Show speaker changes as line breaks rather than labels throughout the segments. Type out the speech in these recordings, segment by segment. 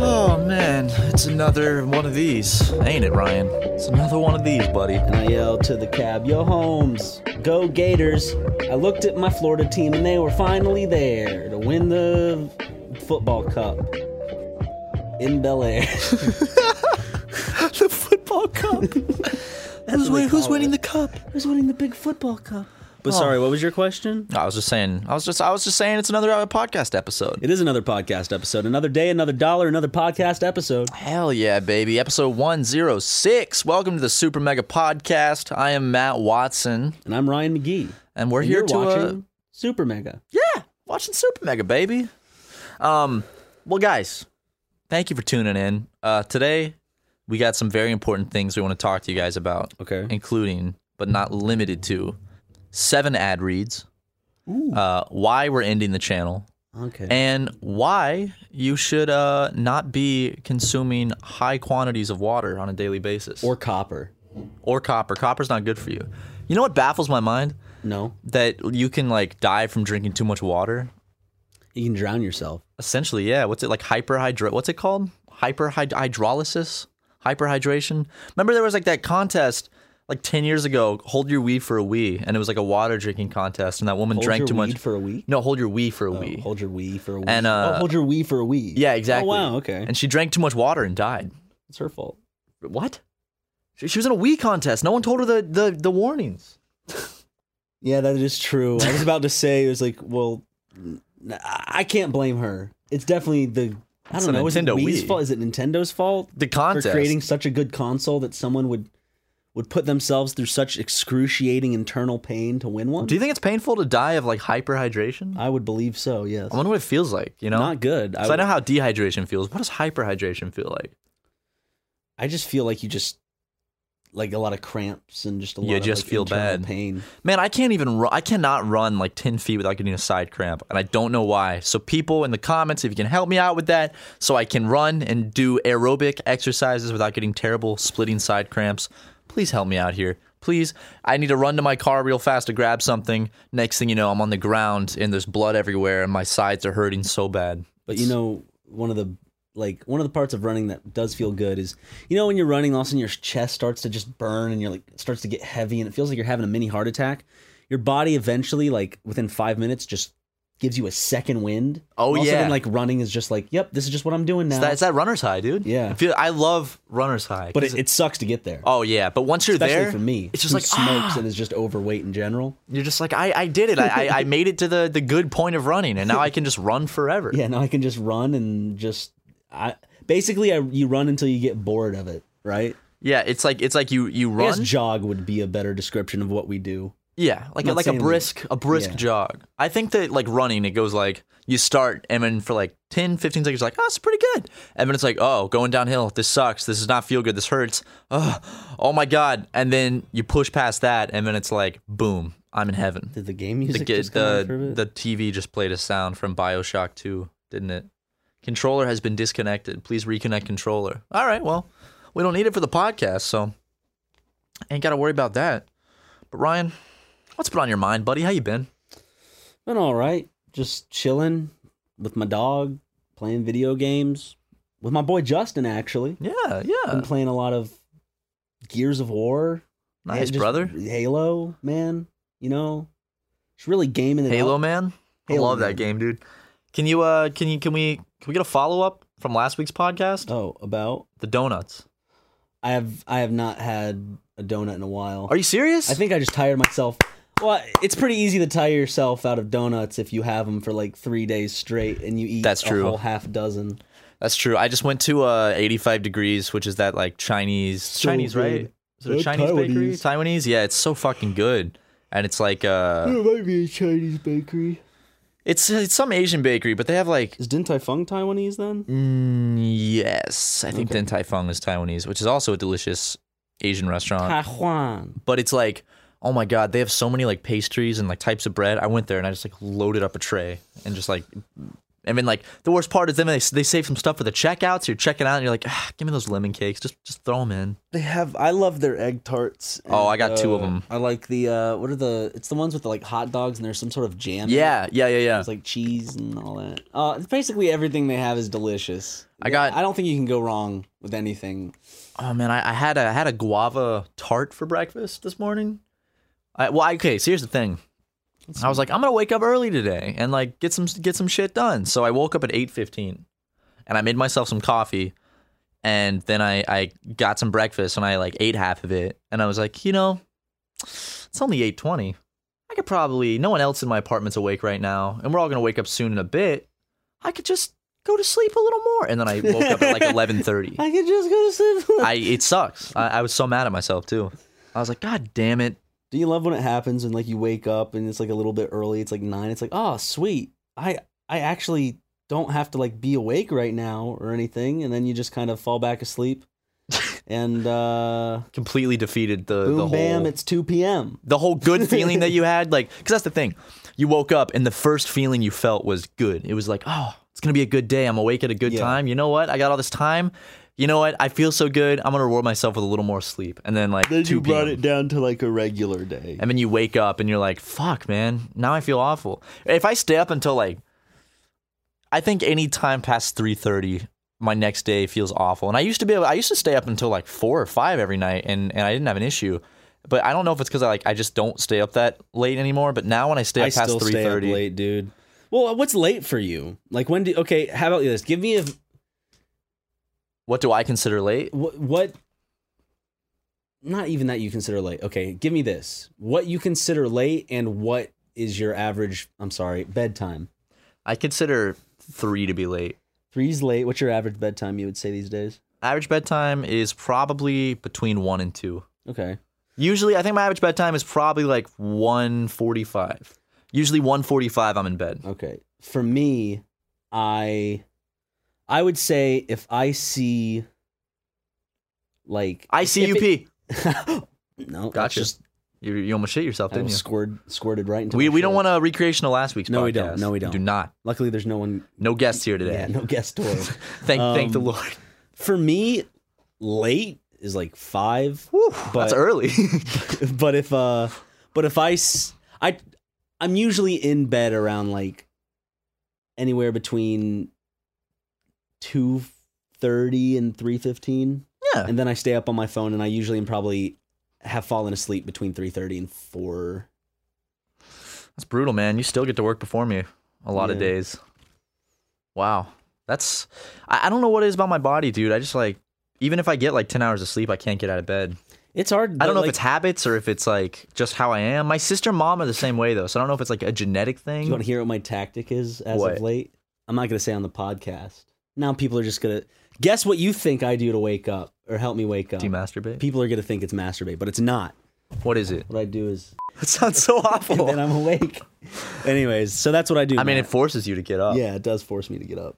Oh man, it's another one of these, ain't it, Ryan? It's another one of these, buddy.
And I yelled to the cab, Yo, Holmes, go Gators. I looked at my Florida team and they were finally there to win the football cup in Bel Air.
the football cup. who's win- who's winning the cup?
Who's winning the big football cup? But sorry, what was your question?
I was just saying. I was just. I was just saying. It's another uh, podcast episode.
It is another podcast episode. Another day, another dollar, another podcast episode.
Hell yeah, baby! Episode one zero six. Welcome to the Super Mega Podcast. I am Matt Watson,
And I'm Ryan McGee.
and we're
And
here
you're
to uh,
watching Super Mega.
Yeah, watching Super Mega, baby. Um, well, guys, thank you for tuning in. Uh, today we got some very important things we want to talk to you guys about.
Okay.
including but not limited to seven ad reads, uh, why we're ending the channel,
Okay.
and why you should uh, not be consuming high quantities of water on a daily basis
or copper.
or copper. Copper's not good for you. You know what baffles my mind?
No,
That you can like die from drinking too much water.
you can drown yourself.
Essentially, yeah. What's it like? Hyperhydro. What's it called? Hyperhydrolysis. Hyperhydration. Remember, there was like that contest like ten years ago. Hold your wee for a wee, and it was like a water drinking contest, and that woman
Hold
drank
your
too
weed
much.
for a week?
no, hold your wee for a
Oh,
wee.
hold your wee for a wee.
And, uh,
oh, hold your wee for a wee.
yeah, exactly.
Oh wow, okay.
And she drank too much water and died.
it's her fault.
What? She, she was in a wee contest. No one told her the the, the warnings.
Yeah, that is true. I was about to say it was like, well, n- I I can't blame her. It's definitely the I
It's
don't
a
know. Is it
Nintendo
Wii's
Wii.
fault? Is it Nintendo's fault
The
for
contest.
creating such a good console that someone would would put themselves through such excruciating internal pain to win one?
Do you think it's painful to die of like hyperhydration?
I would believe so. Yes,
I wonder what it feels like. You know,
not good. I,
So I know
would-
how dehydration feels. What does hyperhydration feel like?
I just feel like you just like a lot of cramps and just a lot
You
of
just
like,
feel
internal
bad.
pain.
Man, I can't even run. I cannot run like 10 feet without getting a side cramp, and I don't know why. So, people in the comments, if you can help me out with that, so I can run and do aerobic exercises without getting terrible splitting side cramps, please help me out here. Please, I need to run to my car real fast to grab something. Next thing you know, I'm on the ground and there's blood everywhere, and my sides are hurting so bad.
But you know, one of the like one of the parts of running that does feel good is you know when you're running, all of a sudden your chest starts to just burn and you're like it starts to get heavy and it feels like you're having a mini heart attack. Your body eventually, like within five minutes, just gives you a second wind.
Oh,
And all of a
yeah.
sudden, like running is just like, yep, this is just what I'm doing now.
It's that, it's that runner's high, dude.
Yeah.
I, feel, I love runner's high.
but
'cause
it, it sucks to get there.
Oh yeah, but once you're
Especially
there,
for me,
it's just
who
like
smokes
ah,
and is just overweight in general.
you're just like I, I did it. I, I, I made it to the the good point of running, and now I can just run forever.
Yeah, now I can just run and just I basically I, you run until you get bored of it, right?
Yeah, it's like it's like you you
I
run.
guess jog would be a better description of what we do.
Yeah, like a,
not
like a
saying-
brisk a brisk
yeah.
jog. I think that like running, it goes like you start and then for like 10, 15 seconds, like oh, it's pretty good, and then it's like oh, going downhill, this sucks, this does not feel good, this hurts, oh, oh my god, and then you push past that, and then it's like boom, I'm in heaven.
Did the game
The
music
ga-
just come on for a
the
bit?
the TV just played a sound from Bioshock Two, didn't it? Controller has been disconnected. Please reconnect controller. All right, well, we don't need it for the podcast, so ain't got to worry about that. But Ryan, what's been on your mind, buddy? How you been?
Been all right. Just chilling with my dog, playing video games with my boy Justin. Actually,
Yeah,
been
yeah,
playing a lot of Gears of War. Yeah,
nice
just
brother.
Halo, man. You know, it's really gaming it.
Halo
up.
man, I
Halo
love that
Man.
game, dude. Can you uh can you can we can we get a follow up from last week's podcast?
Oh, about
The donuts.
I have I have not had a donut in a while.
Are you serious?
I think I just tired myself. Well, it's pretty easy to tire yourself out of donuts if you have them for like three days straight and you eat
That's true.
a whole half dozen.
That's true. I just went to uh, 85 degrees, which is that like Chinese
So
Chinese, right?
good.
Is it a
Uh,
Chinese bakery?
Taiwanese.
Taiwanese? Yeah, it's so fucking good. And it's like uh
might be a Chinese bakery.
it's it's some Asian bakery, but they have like
Is Din Tai Fung Taiwanese then?
mm, yes, I think
Okay.
Din Tai Fung is Taiwanese, which is also a delicious Asian restaurant.
Taiwan.
But it's like oh my god, they have so many like pastries and like types of bread. I went there and I just like loaded up a tray and just like I mean, like the worst part is then they they save some stuff for the checkouts. You're checking out and you're like, ah, give me those lemon cakes. Just just throw them in.
They have. I love their egg tarts.
Oh, I got two of 'em.
I like the. uh What are the? It's the ones with the, like hot dogs and there's some sort of jam. in it.
Yeah, yeah, yeah, yeah.
It's like cheese and all that. Uh, basically everything they have is delicious.
I got-
I don't think you can go wrong with anything.
Oh man, I, I had a I had a guava tart for breakfast this morning. I, well, I, okay. So here's the thing. I was like, I'm gonna wake up early today and like get some get some shit done. So I woke up at eight fifteen, and I made myself some coffee, and then I I got some breakfast and I like ate half of it, and I was like, you know, it's only eight twenty. I could probably no one else in my apartment's awake right now, and we're all gonna wake up soon in a bit. I could just go to sleep a little more, and then I woke up at like eleven thirty.
I could just go to sleep.
I it sucks. I, I was so mad at myself too. I was like, God damn it!
Do you love when it happens and like you wake up and it's like a little bit early? It's like nine. It's like, oh, sweet. I I actually don't have to like be awake right now or anything, and then you just kind of fall back asleep, and uh,
Completely defeated the
boom,
the whole
bam, it's two p.m.
the whole good feeling that you had. Like, because that's the thing, you woke up and the first feeling you felt was good. It was like, oh, it's gonna be a good day. I'm awake at a good
Yeah.
time. You know what? I got all this time. You know what? I feel so good. I'm gonna reward myself with a little more sleep. And then like two p.m.
down to like a regular day.
and then you wake up and you're like, "Fuck, man, now I feel awful." If I stay up until like, I think any time past three thirty, my next day feels awful. And I used to be, able, I used to stay up until like four or five every night, and and I didn't have an issue. But I don't know if it's because I like I just don't stay up that late anymore. But now when I stay up
I
past
still
three
stay up
thirty,
late, dude. Well, what's late for you? Like when do? Okay, how about this? Give me a
what do I consider late?
what what not even that you consider late okay give me this what you consider late and what is your average i'm sorry bedtime
I consider three to be late.
three's late what's your average bedtime you would say these days
Average bedtime is probably between one and two.
okay
Usually, I think my average bedtime is probably like 1:45. Usually 1:45, I'm in bed.
okay for me i i would say if i see like if- if it-
ICUP.
no that's
Gotcha.
just
You, you almost shit yourself,
I
didn't
was
you?
squirted squirted right into
We
my
we don't
shirt.
want a recreation of last week's podcast.
No, we don't. No, we don't.
do not.
luckily there's no one
No guests here today.
yeah no guest door
Thank thank the
Um,
Lord.
for me late is like five
That's early.
but if uh but if I s- I am usually in bed around like anywhere between 2:30 and 3:15
Yeah.
and then I stay up on my phone and I usually am probably have fallen asleep between 3:30 and 4
That's brutal, man. You still get to work before me a lot of
Yeah.
days. Wow. That's I, I don't know what it is about my body, dude. I just like even if I get like 10 hours of sleep, I can't get out of bed.
it's hard
I don't
but,
know
like,
if it's habits or if it's like just how I am. My sister and mom are the same way though, so I don't know if it's like a genetic
do
thing.
you want to hear what my tactic is as
What?
of late I'm not going to say on the podcast now people are just going to guess what you think I do to wake up or help me wake up
Do you masturbate?
people are going to think it's masturbate but it's not
What is it?
What I do is
That sounds so awful.
then I'm awake. Anyways, so that's what I do.
I mean,
now.
it forces you to get up.
yeah, it does force me to get up.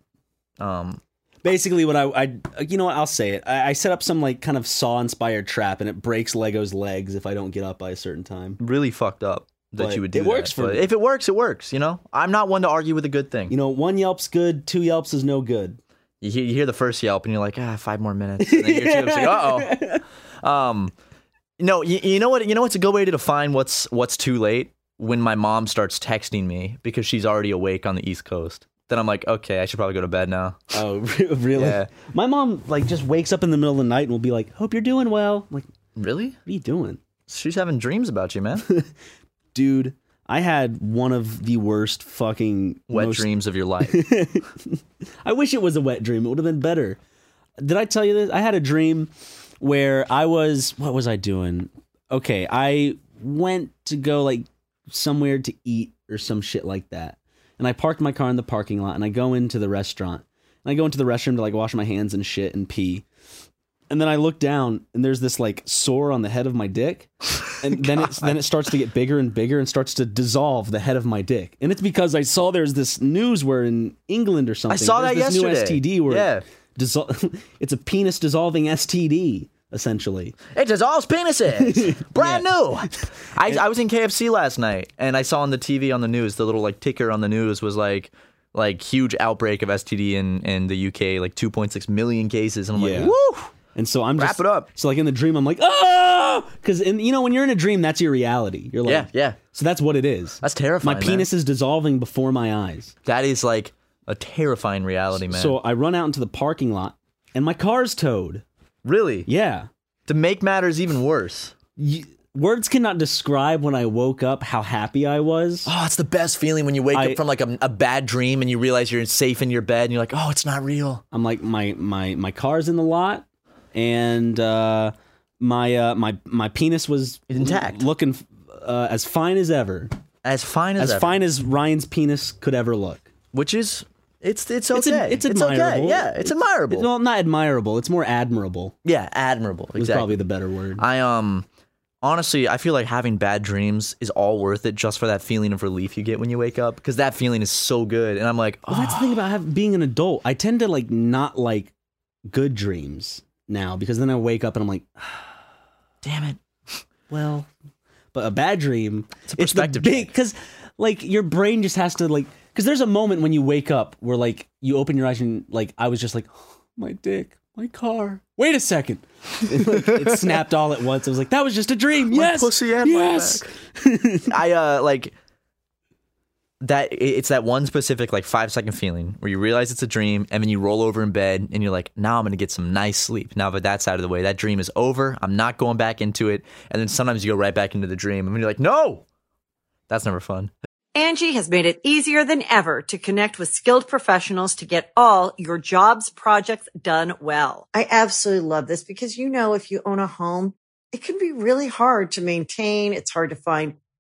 Um,
Basically, what I, I you know what I'll say it. I, I set up some like kind of saw inspired trap, and it breaks Lego's legs if I don't get up by a certain time.
really fucked up that
But
you would do
it works
that,
for
but
me.
If it works, it works. You know, I'm not one to argue with a good thing.
You know, one yelp's good, two yelps is no good.
you hear, you hear the first yelp and you're like, ah, five more minutes. And then you're like, uh oh. Um, no, you, you know what? You know what's a good way to define what's what's too late when my mom starts texting me because she's already awake on the East Coast. Then I'm like, okay, I should probably go to bed now.
Oh, re- really?
Yeah.
My mom like just wakes up in the middle of the night and will be like, "Hope you're doing well." I'm like, what
Really?
are you doing,
She's having dreams about you, man.
dude? I had one of the worst fucking
Wet
most-
dreams of your life.
I wish it was a wet dream. It would have been better. Did I tell you this? I had a dream where I was. What was I doing? Okay, I went to go like somewhere to eat or some shit like that, and I parked my car in the parking lot, and I go into the restaurant, and I go into the restroom to like wash my hands and shit and pee, and then I look down, and there's this like sore on the head of my dick, and then it's then it starts to get bigger and bigger and starts to dissolve the head of my dick, and it's because I saw there's this news where in England or something
I saw
there's
that
this
yesterday.
new STD where
yeah,
dissol- it's a penis dissolving STD essentially.
it dissolves penises. Brand new. I, I was in KFC last night and I saw on the TV on the news the little like ticker on the news was like like huge outbreak of STD in in the UK like 2.6 million cases and I'm
Yeah.
like woo.
And so I'm
Wrap
just
it up.
So like in the dream, I'm like, oh, because in you know when you're in a dream, that's your reality. You're like,
Yeah, yeah.
So that's what it is.
That's terrifying.
my
man.
penis is dissolving before my eyes.
That is like a terrifying reality, man.
So
So
I run out into the parking lot, and my car's towed.
really,
Yeah,
to make matters even worse.
Y words cannot describe when I woke up how happy I was.
Oh, it's the best feeling when you wake
I-
up from like a, a bad dream and you realize you're safe in your bed and you're like, oh, it's not real.
I'm like my my my car's in the lot, and uh, my uh, my my penis was
Intact.
looking uh, as fine as ever,
As fine as,
as
ever.
fine as Ryan's penis could ever look.
which is it's it's okay.
It's ad- it's admirable.
okay. Yeah, it's, admirable.
Well, not admirable. It's more admirable.
yeah, admirable.
Is
Exactly.
probably the better word.
I um honestly, I feel like having bad dreams is all worth it just for that feeling of relief you get when you wake up because that feeling is so good. And I'm like,
well,
oh,
that's the thing about have, being an adult. I tend to like not like good dreams now because then I wake up and I'm like,
"Oh, damn it.
well, but a bad dream. It's a
perspective check.
because like your brain just has to like because there's a moment when you wake up where like you open your eyes and like I was just like, my dick, my car. Wait a second. And, like, it snapped all at once. I was like, that was just a dream. yes.
pussy and my
yes.
I uh like that it- it's that one specific like five second feeling where you realize it's a dream and then you roll over in bed and you're like now i'm gonna get some nice sleep now that that's out of the way that dream is over i'm not going back into it and then sometimes you go right back into the dream and you're like no that's never fun
Angie has made it easier than ever to connect with skilled professionals to get all your jobs projects done well. I absolutely love this because, you know, if you own a home, it can be really hard to maintain. It's hard to find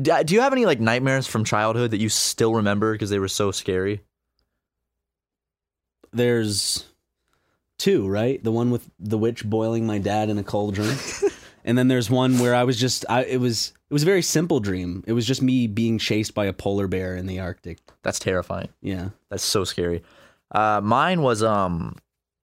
D- uh, Do you have any like nightmares from childhood that you still remember because they were so scary?
There's two, right? The one with the witch boiling my dad in a cauldron. and then there's one where I was just I it was it was a very simple dream. It was just me being chased by a polar bear in the Arctic.
That's terrifying.
Yeah.
That's so scary. Uh, mine was um,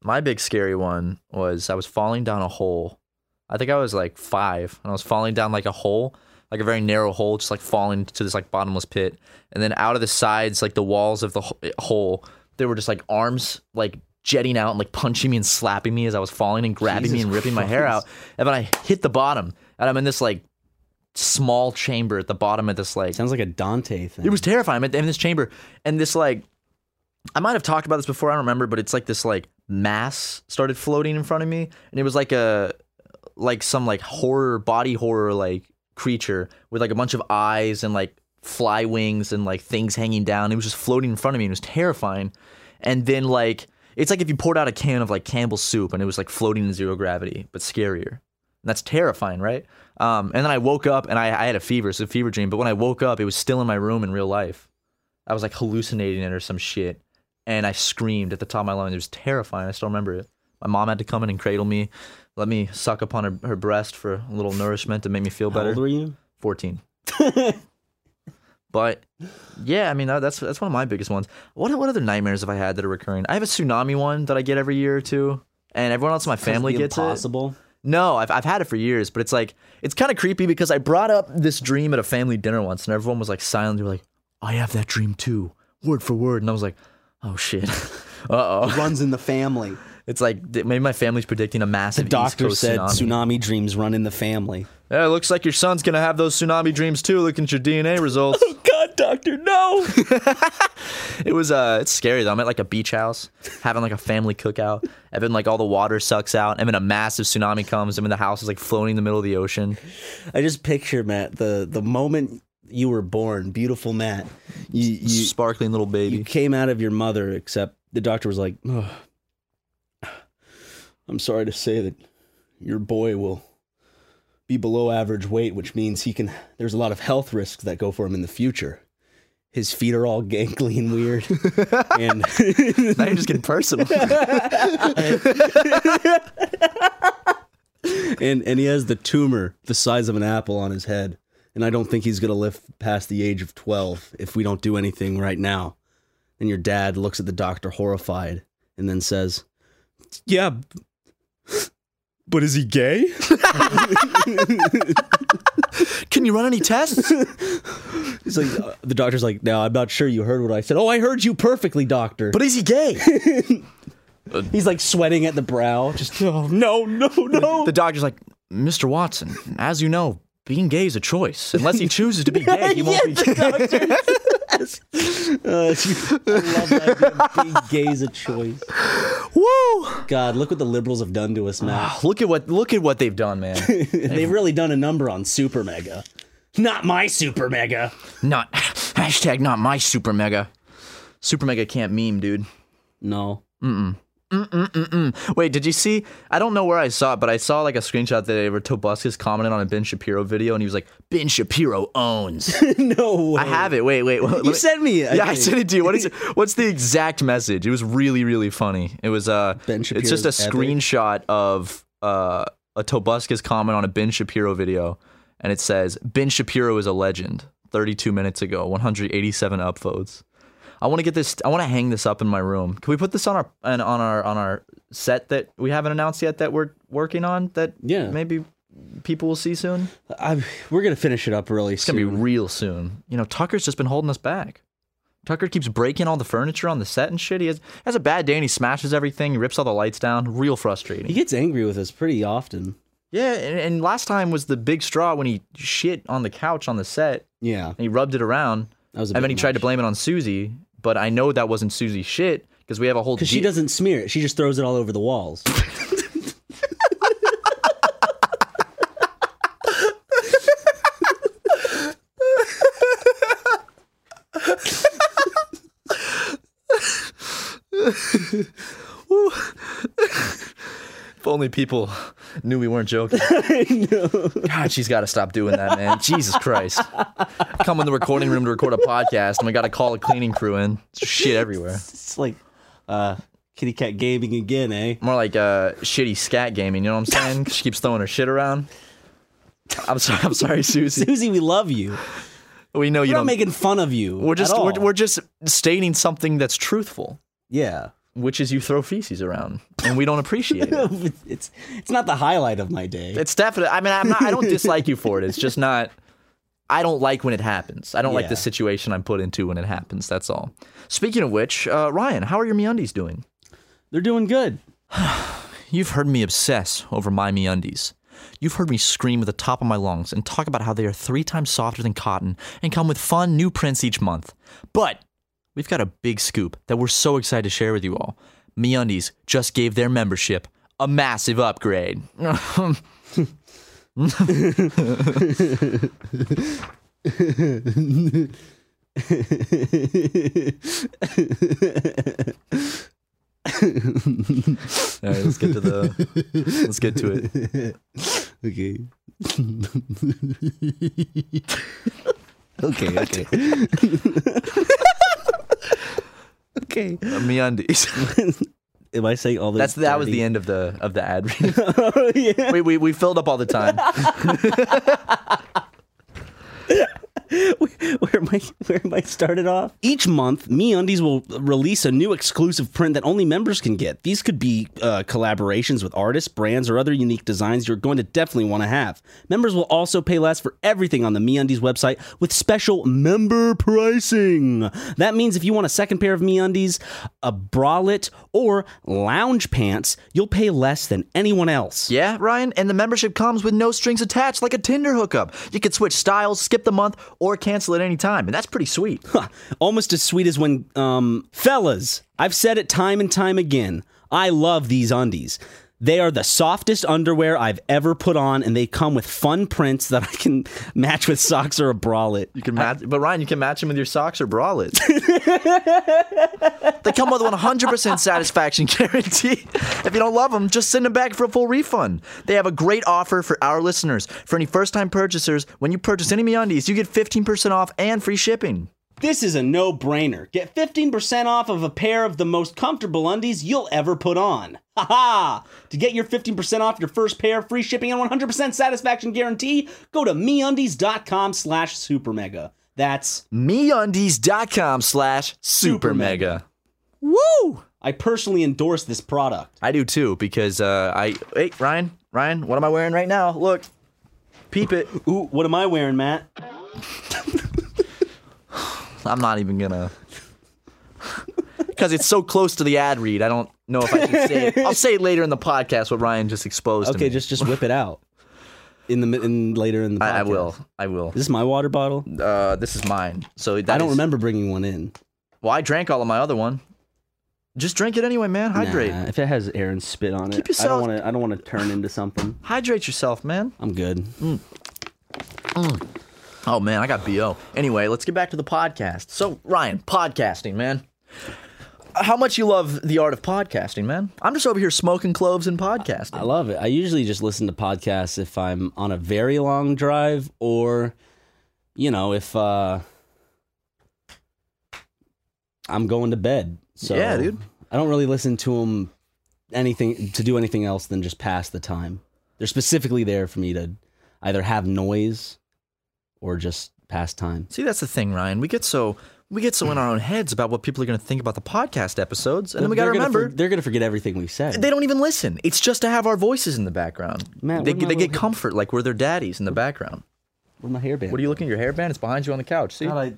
my big scary one was I was falling down a hole. I think I was like five, and I was falling down like a hole, like a very narrow hole, just like falling to this like bottomless pit. And then out of the sides, like the walls of the ho- hole, there were just like arms like jetting out and like punching me and slapping me as I was falling and grabbing me
Jesus
and ripping my hair out.
Christ.
And then I hit the bottom, and I'm in this like small chamber at the bottom of this like
Sounds like a Dante thing.
it was terrifying. I'm at- in this chamber, and this like, I might have talked about this before. I don't remember, but it's like this like mass started floating in front of me, and it was like a like some like horror body horror like creature with like a bunch of eyes and like fly wings and like things hanging down. It was just floating in front of me. and It was terrifying, and then like. It's like if you poured out a can of like Campbell's soup and it was like floating in zero gravity, but scarier. And that's terrifying, right? Um, and then I woke up and I, I had a fever. It's a fever dream. But when I woke up, it was still in my room in real life. I was like hallucinating it or some shit. And I screamed at the top of my lungs. It was terrifying. I still remember it. My mom had to come in and cradle me, let me suck upon her, her breast for a little nourishment to make me feel
How
better.
old were you?
14. but yeah, I mean that- that's that's one of my biggest ones. What what other nightmares have I had that are recurring? I have a tsunami one that I get every year or two, and everyone else in my family
the
gets it.
impossible.
No, I've, I've had it for years, but it's like, it's kind of creepy because I brought up this dream at a family dinner once and everyone was like silent. They were like, I have that dream too, word for word. And I was like, oh shit. Uh oh.
Runs in the family.
It's like, th- maybe my family's predicting a massive
Doctor
East Coast
said tsunami dreams run in the family.
Yeah, it looks like your son's going to have those tsunami dreams too. Looking at your DNA results.
God, doctor, no.
It was uh, it's scary though. I'm at like a beach house, having like a family cookout, and then like all the water sucks out, and then a massive tsunami comes, and then the house is like floating in the middle of the ocean.
I just picture Matt the the moment you were born, beautiful Matt. You you,
Sparkling little baby.
you came out of your mother, except the doctor was like, "Ugh. "I'm sorry to say that your boy will be below average weight, which means he can. There's a lot of health risks that go for him in the future. His feet are all gangly and weird, and."
now you're just getting personal.
and and he has the tumor the size of an apple on his head and i don't think he's going to live past the age of 12 if we don't do anything right now and your dad looks at the doctor horrified and then says yeah b- but is he gay
Can you run any tests?
he's like uh, the doctor's like no i'm not sure you heard what i said oh i heard you perfectly doctor
But is he gay?
he's like sweating at the brow just oh, no no no
the doctor's like, Mr. Watson, as you know, being gay is a choice. Unless he chooses to be gay, he won't be gay.
Uh, i love that idea. being gay is a choice
Woo!
god look what the liberals have done to us now
Look at what look at what they've done, man.
They've really done a number on Super Mega. Not my Super Mega.
Not hashtag not my super mega. Super mega can't meme, dude.
No.
Wait, did you see? I don't know where I saw it, but I saw like a screenshot today where Tobuscus commented on a Ben Shapiro video, and he was like, "Ben Shapiro owns."
no way.
I have it. Wait, wait.
You sent me it, I
Yeah, I
think.
sent it to you. What is? What's the exact message? It was really, really funny. It was uh,
Ben
it's just a
Shapiro's epic.
screenshot of uh a Tobuscus comment on a Ben Shapiro video, and it says Ben Shapiro is a legend. 32 minutes ago, 187 upvotes. I want to get this. I want to hang this up in my room. Can we put this on our and on our on our set that we haven't announced yet that we're working on that?
Yeah.
maybe people will see soon.
I, we're gonna finish it up really
It's gonna
soon.
be real soon. You know, Tucker's just been holding us back. Tucker keeps breaking all the furniture on the set and shit. He has, has a bad day and he smashes everything. He rips all the lights down. Real frustrating.
He gets angry with us pretty often.
yeah, and, and last time was the big straw when he shit on the couch on the set
Yeah.
and he rubbed it around.
That was a
and
bit
then he tried to
much.
blame it on Susie, but I know that wasn't Susie's shit because we have a whole.
Because she
de-
doesn't smear it. She just throws it all over the walls.
If only people knew we weren't joking. God, she's got to stop doing that, man. Jesus Christ. Come in the recording room to record a podcast, and we got to call a cleaning crew in. There's shit everywhere.
It's like uh, kitty cat gaming again, eh?
More like uh, shitty scat gaming. You know what I'm saying? She keeps throwing her shit around. I'm sorry. I'm sorry, Susie.
Susie, we love you.
We know you
We're not
don't.
making fun of you.
we're
at
just we're,
all.
we're just stating something that's truthful,
yeah.
which is you throw feces around, and we don't appreciate it.
it's it's not the highlight of my day.
It's definitely. I mean, I'm not, I don't dislike you for it. It's just not. I don't like when it happens. I don't like
Yeah.
the situation I'm put into when it happens. That's all. Speaking of which, uh, Ryan, how are your MeUndies doing?
They're doing good.
You've heard me obsess over my MeUndies. You've heard me scream at the top of my lungs and talk about how they are three times softer than cotton and come with fun new prints each month. But we've got a big scoop that we're so excited to share with you all. MeUndies just gave their membership a massive upgrade. All right, let's get to the. Let's get to it.
Okay. okay. Okay. okay.
MeUndies.
Am I saying all this?
That's that was the end of the of the ad read.
end. yeah.
we, we we filled up all the time.
where my where my started off. Each month, MeUndies will release a new exclusive print that only members can get. These could be uh, collaborations with artists, brands, or other unique designs you're going to definitely want to have. Members will also pay less for everything on the MeUndies website with special member pricing. That means if you want a second pair of MeUndies, a bralette, or lounge pants, you'll pay less than anyone else.
Yeah, Ryan, and the membership comes with no strings attached, like a Tinder hookup. You can switch styles, skip the month, or cancel at any time, and that's pretty sweet.
almost as sweet as when um fellas i've said it time and time again i love these undies they are the softest underwear i've ever put on and they come with fun prints that i can match with socks or a bralette
You can match, but Ryan, you can match them with your socks or bralettes. they come with 100% satisfaction guarantee. If you don't love them, just send them back for a full refund. They have a great offer for our listeners. For any first-time purchasers, when you purchase any MeUndies, you get 15% off and free shipping.
this is a no-brainer get 15% off of a pair of the most comfortable undies you'll ever put on haha to get your 15% off your first pair free shipping and 100% satisfaction guarantee go to meundies.com slash supermega that's
MeUndies.com slash supermega.
Woo! I personally endorse this product.
I do too because uh, I. Hey, Ryan, Ryan, what am I wearing right now? Look, peep it.
Ooh, what am I wearing, Matt?
I'm not even gonna. Because it's so close to the ad read, I don't know if I should say it. I'll say it later in the podcast what Ryan just exposed. to
Okay,
me.
just just whip it out. In the mi- in later in the
I, I
podcast.
will. I will.
Is this my water bottle?
Uh, this is mine. So that
I don't
is-
remember bringing one in.
Well, I drank all of my other one. Just drink it anyway, man. Hydrate.
Nah, if it has air and spit on it,
Keep
I don't
yourself-
want to. I don't want to turn into something.
Hydrate yourself, man.
I'm good.
Oh man, I got bo. Anyway, let's get back to the podcast. So Ryan, podcasting, man. How much you love the art of podcasting, man? I'm just over here smoking cloves and podcasting.
I love it. I usually just listen to podcasts if I'm on a very long drive, or you know, if uh, I'm going to bed. So
Yeah, dude.
I don't really listen to them anything to do anything else than just pass the time. They're specifically there for me to either have noise or just pass time.
See, that's the thing, Ryan. We get so we get so in our own heads about what people are going to think about the podcast episodes, and then we got to
They're gonna
remember
for- they're going to forget everything we've said.
they don't even listen. It's just to have our voices in the background.
Matt,
they
where'd my
they get
little-
comfort like we're their daddies in the background.
Where'd my hairband?
What are you looking at your hairband? It's behind you on the couch. See?
God, I,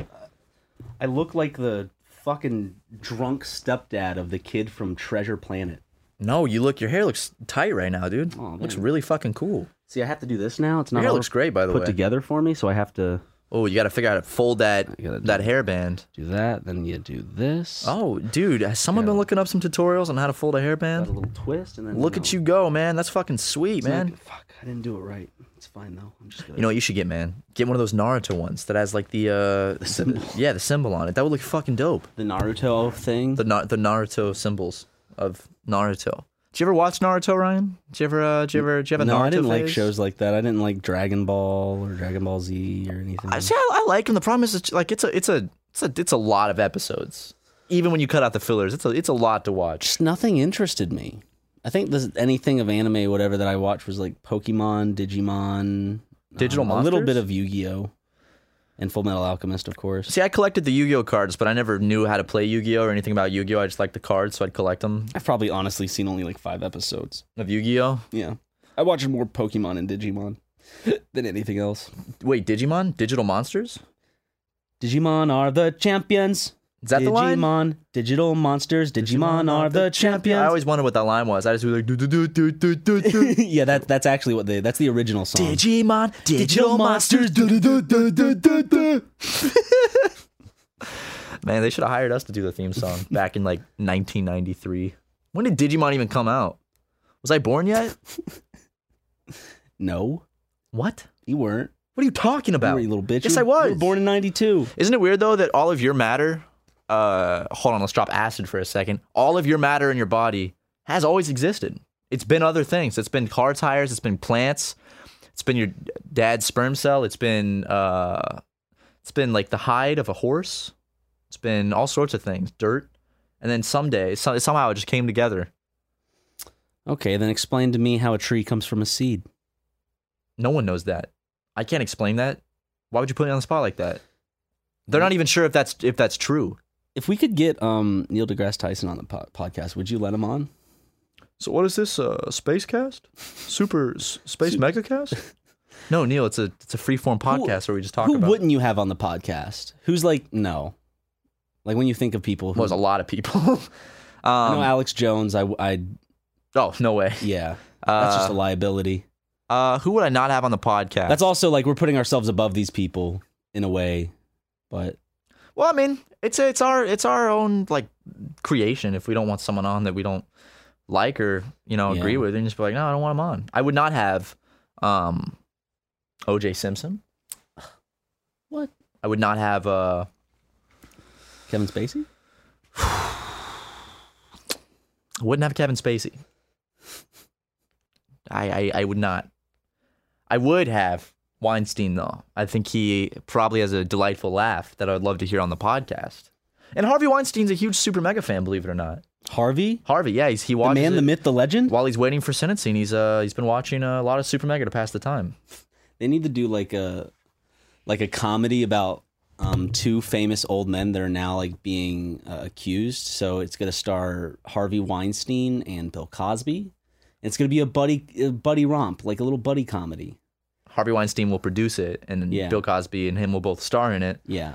I look like the fucking drunk stepdad of the kid from Treasure Planet.
No, you look. Your hair looks tight right now, dude.
Aw,
looks
man.
really fucking cool.
See, I have to do this now. It's not
Your hair
all
looks great, by the
put
way.
together for me, so I have to
Oh, you got to figure out how to fold that
gotta do
that hairband.
do that. Then you do this.
Oh, dude, has someone been looking up some tutorials on how to fold a
got a
hairband?
little twist, and then
Look at you go, man. That's fucking sweet, man.
Fuck, I didn't do it right. It's fine though. I'm just gonna.
You know what you should get, man? Get one of those Naruto ones that has like the uh, the
symbol.
Yeah, the symbol on it. That would look fucking dope.
the Naruto thing.
The Na- the Naruto symbols of Naruto. Did you ever watch Naruto, Ryan? Did you ever? Uh, did you ever? Did you have a
no,
Naruto?
I didn't like
phase?
shows like that. I didn't like Dragon Ball or Dragon Ball Z or anything.
I see. I, I like them. The problem is, it's, like, it's a, it's a, it's a, it's a lot of episodes. Even when you cut out the fillers, it's a, it's a lot to watch.
just nothing interested me. I think this anything of anime, whatever that I watched was like Pokemon, Digimon,
Digital
um, a little bit
Monsters?
of Yu-Gi-Oh, and Full Metal Alchemist, of course.
See, I collected the Yu-Gi-Oh cards, but I never knew how to play Yu-Gi-Oh or anything about Yu-Gi-Oh. I just liked the cards, so I'd collect them.
I've probably honestly seen only like five episodes.
Of Yu-Gi-Oh.
Yeah, I watched more Pokemon and Digimon than anything else.
Wait, Digimon, Digital Monsters.
Digimon are the champions.
Is that the line?
Digimon, digital monsters. Digimon, are the champions.
I always wondered what that line was. I just was like, do do do do do do do.
yeah, that that's actually what they that's the original song.
Digimon, digital monsters. do, do, do, do, do, do, do. Man, they should have hired us to do the theme song back in like 1993. When did Digimon even come out? Was I born yet?
no,
What?
you weren't.
What are you talking
You
about?
were, you little bitch.
Yes,
You-
I was.
You were born in '92.
Isn't it weird though that all of your matter? Uh, hold on, let's drop acid for a second. All of your matter in your body has always existed. It's been other things. It's been car tires. It's been plants. It's been your dad's sperm cell. It's been uh, it's been like the hide of a horse. It's been all sorts of things, dirt, and then someday so, somehow it just came together.
Okay, then explain to me how a tree comes from a seed.
No one knows that. I can't explain that. Why would you put me on the spot like that? They're not even sure if that's if that's true.
If we could get um, Neil deGrasse Tyson on the po- podcast, would you let him on?
So what is this? Uh, space cast? Super s- space mega cast? No, Neil, it's a it's a freeform podcast where we just talk
who
about.
wouldn't you have on the podcast? Who's like no, like when you think of people. Who,
Well, there's a lot of people. um,
I know Alex Jones. I, I
oh no way.
yeah,
Uh,
that's just a liability.
uh, who would I not have on the podcast?
That's also like we're putting ourselves above these people in a way, but
Well, I mean, it's it's our it's our own like creation. If we don't want someone on that we don't like or you know
Yeah.
agree with, and just be like, no, I don't want him on. I would not have um, O.J. Simpson.
What?
I would not have uh,
Kevin Spacey.
I wouldn't have Kevin Spacey. I, I I would not. I would have Weinstein though. I think he probably has a delightful laugh that I would love to hear on the podcast. And Harvey Weinstein's a huge super mega fan, believe it or not.
Harvey,
Harvey, yeah, he's he
the
watches
man,
it
the myth, the legend.
while he's waiting for sentencing. He's uh he's been watching a lot of super mega to pass the time.
They need to do like a like a comedy about um, two famous old men that are now like being uh, accused. So it's gonna star Harvey Weinstein and Bill Cosby. It's gonna be a buddy a buddy romp, like a little buddy comedy.
Harvey Weinstein will produce it, and then
Yeah.
Bill Cosby and him will both star in it.
Yeah,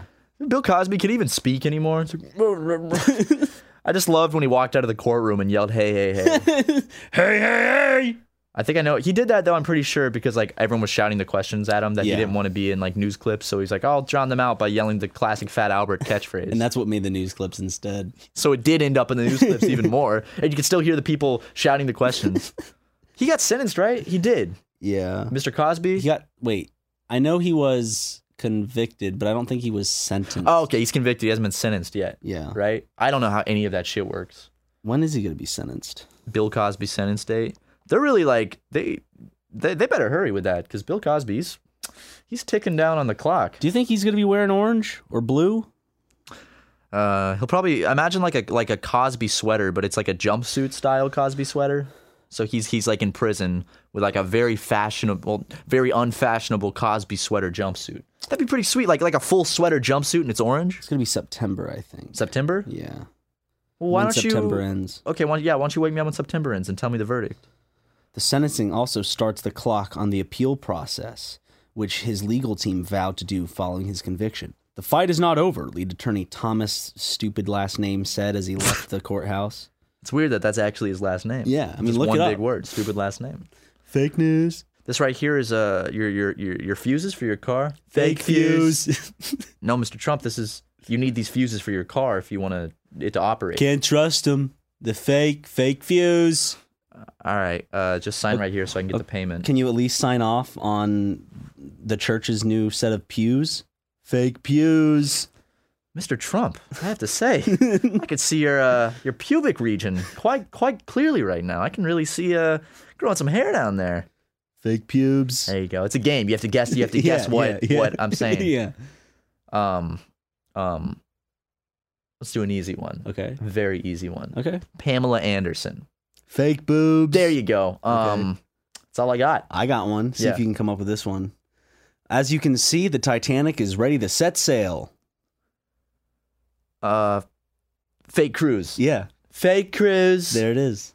Bill Cosby could even speak anymore. It's like- I just loved when he walked out of the courtroom and yelled, "Hey, hey, hey!"
hey, hey, hey!
I think I know he did that though. I'm pretty sure because like everyone was shouting the questions at him that
Yeah.
he didn't want to be in like news clips, so he's like, "I'll drown them out" by yelling the classic Fat Albert catchphrase.
And that's what made the news clips instead.
so it did end up in the news clips even more, and you could still hear the people shouting the questions. he got sentenced, right? He did,
Yeah,
Mr. Cosby.
he got wait. I know he was convicted, but I don't think he was sentenced.
oh, okay, he's convicted. He hasn't been sentenced yet,
yeah.
right? I don't know how any of that shit works.
When is he gonna be sentenced?
Bill Cosby sentence date. They're really like they they, they better hurry with that because Bill Cosby's he's ticking down on the clock.
Do you think he's gonna be wearing orange or blue?
Uh, he'll probably imagine like a like a Cosby sweater, but it's like a jumpsuit style Cosby sweater. So he's he's like in prison with like a very fashionable, very unfashionable Cosby sweater jumpsuit. That'd be pretty sweet, like like a full sweater jumpsuit and it's orange.
It's gonna be September, I think.
September.
Yeah.
Well, why
when
don't
September
you?
ends.
Okay, why, yeah, why don't you wake me up when September ends and tell me the verdict?
The sentencing also starts the clock on the appeal process, which his legal team vowed to do following his conviction. The fight is not over, lead attorney Thomas, stupid last name, said as he left the courthouse.
It's weird that that's actually his last name.
Yeah, I mean,
Just
look
one
it
big
up.
word, stupid last name.
Fake news.
This right here is uh your your your, your fuses for your car. No, Mr. Trump, this is you need these fuses for your car if you want to it to operate.
Can't trust him. The fake, fake fuse.
All right, uh, just sign right here so I can get the payment.
Oh, Can you at least sign off on the church's new set of pews? Fake pews.
Mr. Trump, I have to say, I could see your uh, your pubic region quite quite clearly right now. I can really see uh, growing some hair down there.
Fake pubes.
There you go. It's a game. You have to guess. You have to
Yeah,
guess what
yeah, yeah.
what I'm saying.
yeah.
Um, um, let's do an easy one.
Okay.
Very easy one.
Okay.
Pamela Anderson.
Fake boobs.
There you go. Um, that's all I got.
I got one. See
Yeah.
if you can come up with this one. As you can see, the Titanic is ready to set sail.
Uh, fake cruise.
Yeah.
Fake cruise.
There it is.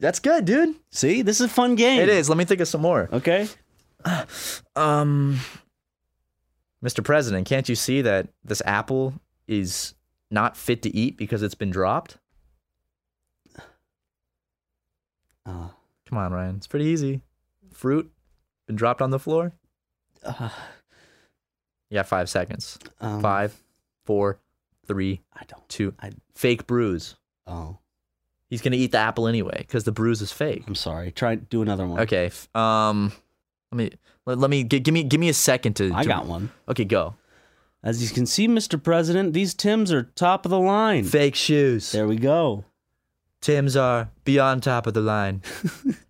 That's good, dude.
See, this is a fun game.
It is. Let me think of some more.
Okay.
Um, Mr. President, can't you see that this apple is not fit to eat because it's been dropped?
Uh,
Come on, Ryan. It's pretty easy. Fruit been dropped on the floor.
uh,
You got five seconds.
um,
Five, four, three,
I don't.
two.
I-
Fake bruise.
Oh,
He's gonna eat the apple anyway because the bruise is fake.
I'm sorry. Try do another one.
Okay. f- Um, let me let, let me gi- give me give me a second to.
I
to-
got one.
Okay, go.
As you can see, Mr. President, these Tims are top of the line.
Fake shoes.
Mm. There we go.
Tims are beyond top of the line.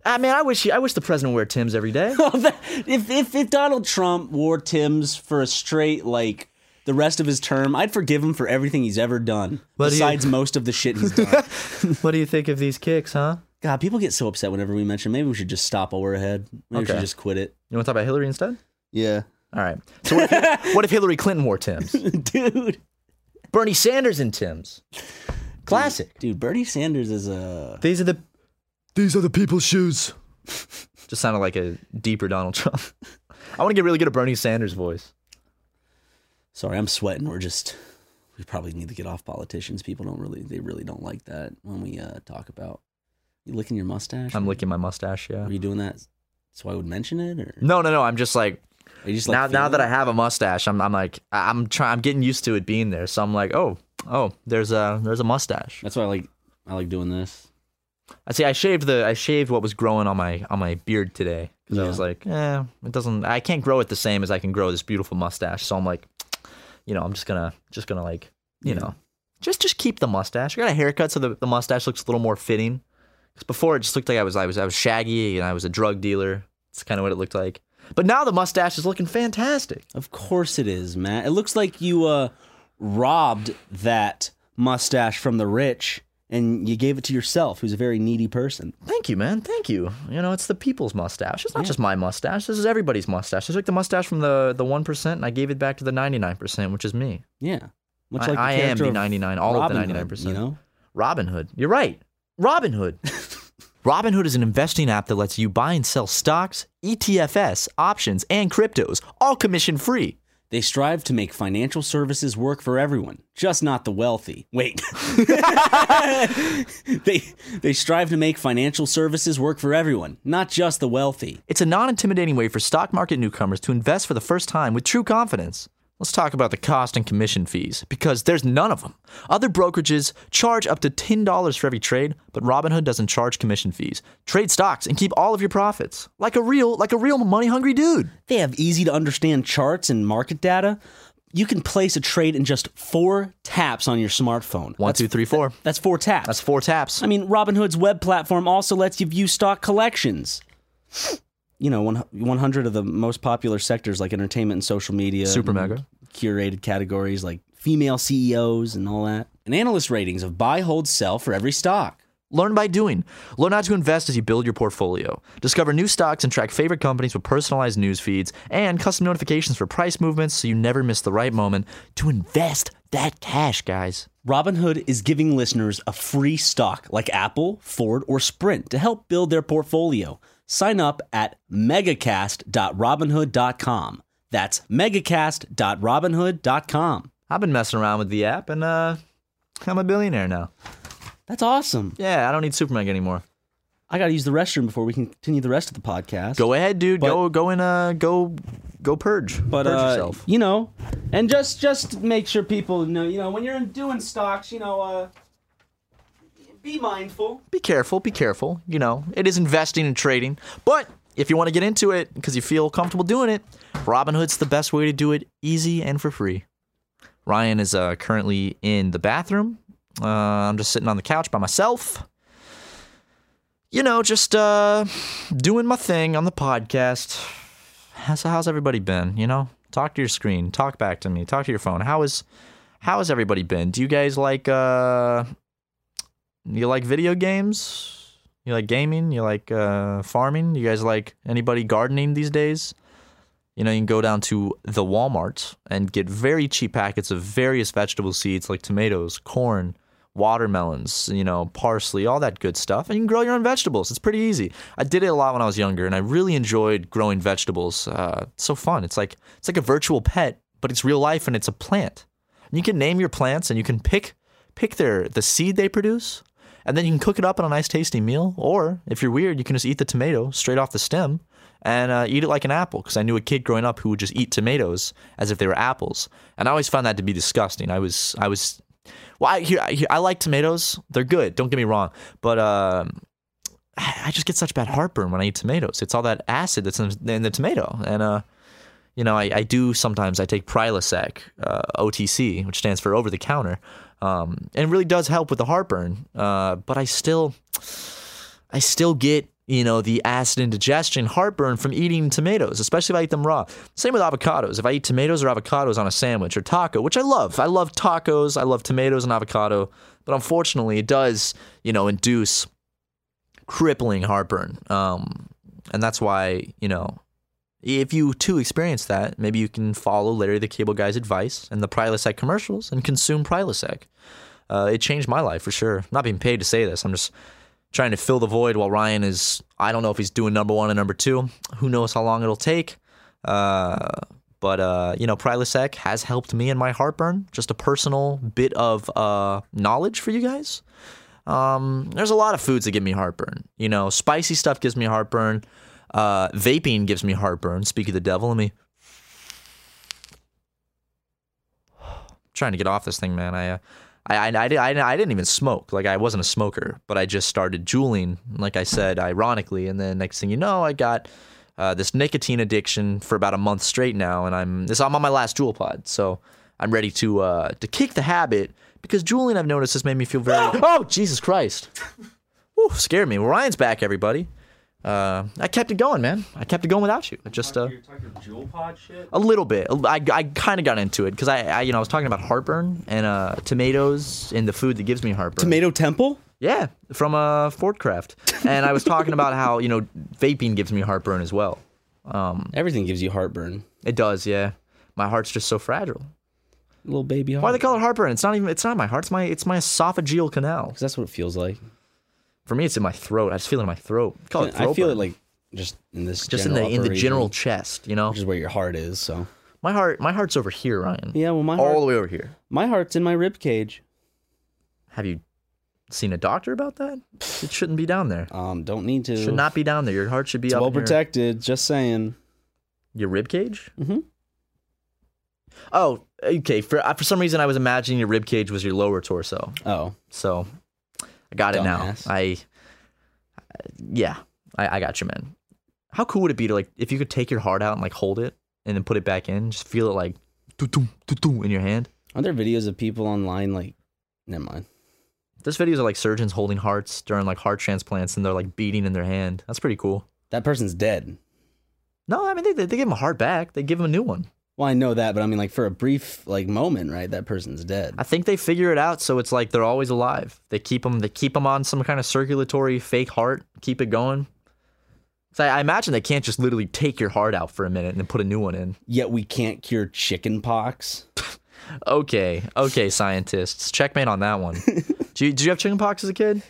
I mean, I wish he, I wish the president would wear Tims every day.
Oh, if, if if Donald Trump wore Tims for a straight like the rest of his term, I'd forgive him for everything he's ever done.
But he-
besides most of the shit he's done.
what do you think of these kicks, huh?
God, people get so upset whenever we mention. Maybe we should just stop while we're ahead. Maybe we
Okay.
should just quit it.
You want to talk about Hillary instead?
Yeah,
All right. So what if, what if Hillary Clinton wore Tims?
dude,
Bernie Sanders in Tims. Classic.
dude. Bernie Sanders is a
These are the These are the people's shoes. Just sounded like a deeper Donald Trump. I want to get really good at Bernie Sanders' voice.
sorry. I'm sweating. We're just we probably need to get off politicians. People don't really they really don't like that when we uh, talk about you licking your mustache.
I'm licking my mustache, yeah.
Are you doing that so I would mention it, or
No, no, no. I'm just like
are you just like
now now
feeling
that
it?
I have a mustache, I'm I'm like I- I'm trying I'm getting used to it being there. So I'm like, "Oh, oh, there's a there's a mustache."
That's why I like I like doing this.
I see I shaved the I shaved what was growing on my on my beard today cuz I
Yeah.
was like, "Eh, it doesn't I can't grow it the same as I can grow this beautiful mustache." So I'm like, you know, I'm just going to just going to like, you know, just just keep the mustache. I got a haircut so the, the mustache looks a little more fitting. Cuz before it just looked like I was I was I was shaggy and I was a drug dealer. That's kind of what it looked like. But now the mustache is looking fantastic.
Of course it is, Matt. It looks like you uh robbed that mustache from the rich and you gave it to yourself, who's a very needy person.
Thank you, man. Thank you. You know, it's the people's mustache. It's not just my mustache. This is everybody's mustache. It's like the mustache from the the one percent, and I gave it back to the ninety nine percent, which is me.
Yeah. Much
I-
like the
I am
character
the
of
99, all of the
Robin Hood,
99%.
You know?
Robin Hood. You're right. Robin Hood. Robin Hood is an investing app that lets you buy and sell stocks, E ETFs, options, and cryptos, all commission free.
They strive to make financial services work for everyone, just not the wealthy. Wait. they they strive to make financial services work for everyone, not just the wealthy.
It's a non intimidating way for stock market newcomers to invest for the first time with true confidence. Let's talk about the cost and commission fees, because there's none of them. Other brokerages charge up to $10 for every trade, but Robinhood doesn't charge commission fees. Trade stocks and keep all of your profits. Like a real, like a real money hungry dude.
They have easy to understand charts and market data. You can place a trade in just four taps on your smartphone.
One,
that's,
two, three, four.
that's four taps.
That's four taps.
I mean, Robinhood's web platform also lets you view stock collections. You know, one- 100 of the most popular sectors like entertainment and social media.
Super
and
mega.
curated categories like female CEOs and all that. And analyst ratings of buy, hold, sell for every stock.
Learn by doing. Learn how to invest as you build your portfolio. Discover new stocks and track favorite companies with personalized news feeds and custom notifications for price movements so you never miss the right moment to invest that cash, guys.
Robinhood is giving listeners a free stock like Apple, Ford, or Sprint to help build their portfolio. Sign up at megacast.robinhood.com. That's megacast.robinhood.com.
I've been messing around with the app and uh, I'm a billionaire now.
That's awesome.
Yeah, I don't need Super Mega anymore.
I got to use the restroom before we can continue the rest of the podcast.
Go ahead, dude.
But-
go go and uh, go go purge.
but
purge
uh,
yourself.
you know, and just just make sure people know, you know, when you're doing stocks, you know, uh, be mindful.
be careful, be careful. You know, it is investing and trading. But if you want to get into it because you feel comfortable doing it, Robinhood's the best way to do it easy and for free. Ryan is uh, currently in the bathroom. Uh, I'm just sitting on the couch by myself. You know, just uh, doing my thing on the podcast. How's, how's everybody been? You know, talk to your screen, talk back to me, talk to your phone. How is how has everybody been? Do you guys like uh, you like video games? You like gaming? You like uh, farming? You guys like anybody gardening these days? You know, you can go down to the Walmart and get very cheap packets of various vegetable seeds like tomatoes, corn, watermelons, you know, parsley, all that good stuff. And you can grow your own vegetables. It's pretty easy. I did it a lot when I was younger, and I really enjoyed growing vegetables. Uh, it's so fun. It's like it's like a virtual pet, but it's real life, and it's a plant. And you can name your plants, and you can pick pick their the seed they produce, and then you can cook it up in a nice tasty meal. Or if you're weird, you can just eat the tomato straight off the stem and uh, eat it like an apple. Because I knew a kid growing up who would just eat tomatoes as if they were apples, and I always found that to be disgusting. I was I was well, I, here, I, here- I like tomatoes; they're good. Don't get me wrong, but. Um, I I just get such bad heartburn when I eat tomatoes. It's all that acid that's in, in the tomato, and uh, you know, I, I do sometimes. I take Prilosec, uh, OTC, which stands for over the counter, um, and it really does help with the heartburn. Uh, but I still, I still get you know the acid indigestion, heartburn from eating tomatoes, especially if I eat them raw. Same with avocados. If I eat tomatoes or avocados on a sandwich or taco, which I love, I love tacos, I love tomatoes and avocado, but unfortunately, it does you know induce crippling heartburn. Um, and that's why you know if you too experience that, maybe you can follow Larry the Cable Guy's advice and the Prilosec commercials and consume Prilosec. Uh, it changed my life for sure. I'm not being paid to say this. I'm just trying to fill the void while Ryan is. I don't know if he's doing number one and number two. Who knows how long it'll take. Uh, but uh, you know, Prilosec has helped me in my heartburn. Just a personal bit of uh, knowledge for you guys. Um, there's a lot of foods that give me heartburn. You know, spicy stuff gives me heartburn. Uh, vaping gives me heartburn. Speak of the devil, let me. trying to get off this thing, man. I, uh, I, I, I, di- I, I didn't even smoke. Like I wasn't a smoker, but I just started juuling, like I said, ironically. And then next thing you know, I got uh, this nicotine addiction for about a month straight now, and I'm this. I'm on my last jewel pod, so I'm ready to uh, to kick the habit because juuling. I've noticed has made me feel very. oh Jesus Christ! Woo, scared me. Well, Ryan's back, everybody. Uh, I kept it going, man. I kept it going without you. I just uh, a little bit. I, I kind of got into it because I, I, you know, I was talking about heartburn and uh, tomatoes and the food that gives me heartburn.
Tomato Temple?
Yeah, from uh, Fortcraft. And I was talking about how you know vaping gives me heartburn as well.
Everything gives you heartburn.
It does, yeah. My heart's just so fragile.
Little baby
Why
heart.
do they call it heartburn? It's not even. It's not my heart. It's my. It's my esophageal canal.
Because that's what it feels like.
For me, it's in my throat. I just feel it in my throat. Call it throat
I feel
burn.
it like just in this
just in
general
the in the
operation,
general chest. You know,
which is where your heart is. So
my heart. My heart's over here, Ryan.
yeah, well my
all
heart,
the way over here.
my heart's in my rib cage.
Have you seen a doctor about that? It shouldn't be down there.
Um, don't need to.
Should not be down there. Your heart should be
It's
up
well
in your-
protected. Just saying.
Your, rib cage.
Mhm.
Oh, okay. For uh, for some reason, I was imagining your rib cage was your lower torso.
Oh,
So I got it now.
Dumbass.
I yeah, I, I got you, man. How cool would it be to like if you could take your heart out and like hold it and then put it back in, just feel it like doo-doo, doo-doo in your hand.
aren't there videos of people online like? Never mind.
Those videos are like surgeons holding hearts during like heart transplants and they're like beating in their hand. That's pretty cool.
That person's dead.
No, I mean they they, they give him a heart back. They give him a new one.
Well, I know that, but I mean, like for a brief like moment, right? That person's dead.
I think they figure it out, so it's like they're always alive. They keep them. They keep them on some kind of circulatory fake heart. Keep it going. So I, I imagine they can't just literally take your heart out for a minute and then put a new one in.
Yet we can't cure chicken pox.
Okay, okay, scientists, checkmate on that one. do you, did you have chickenpox as a kid?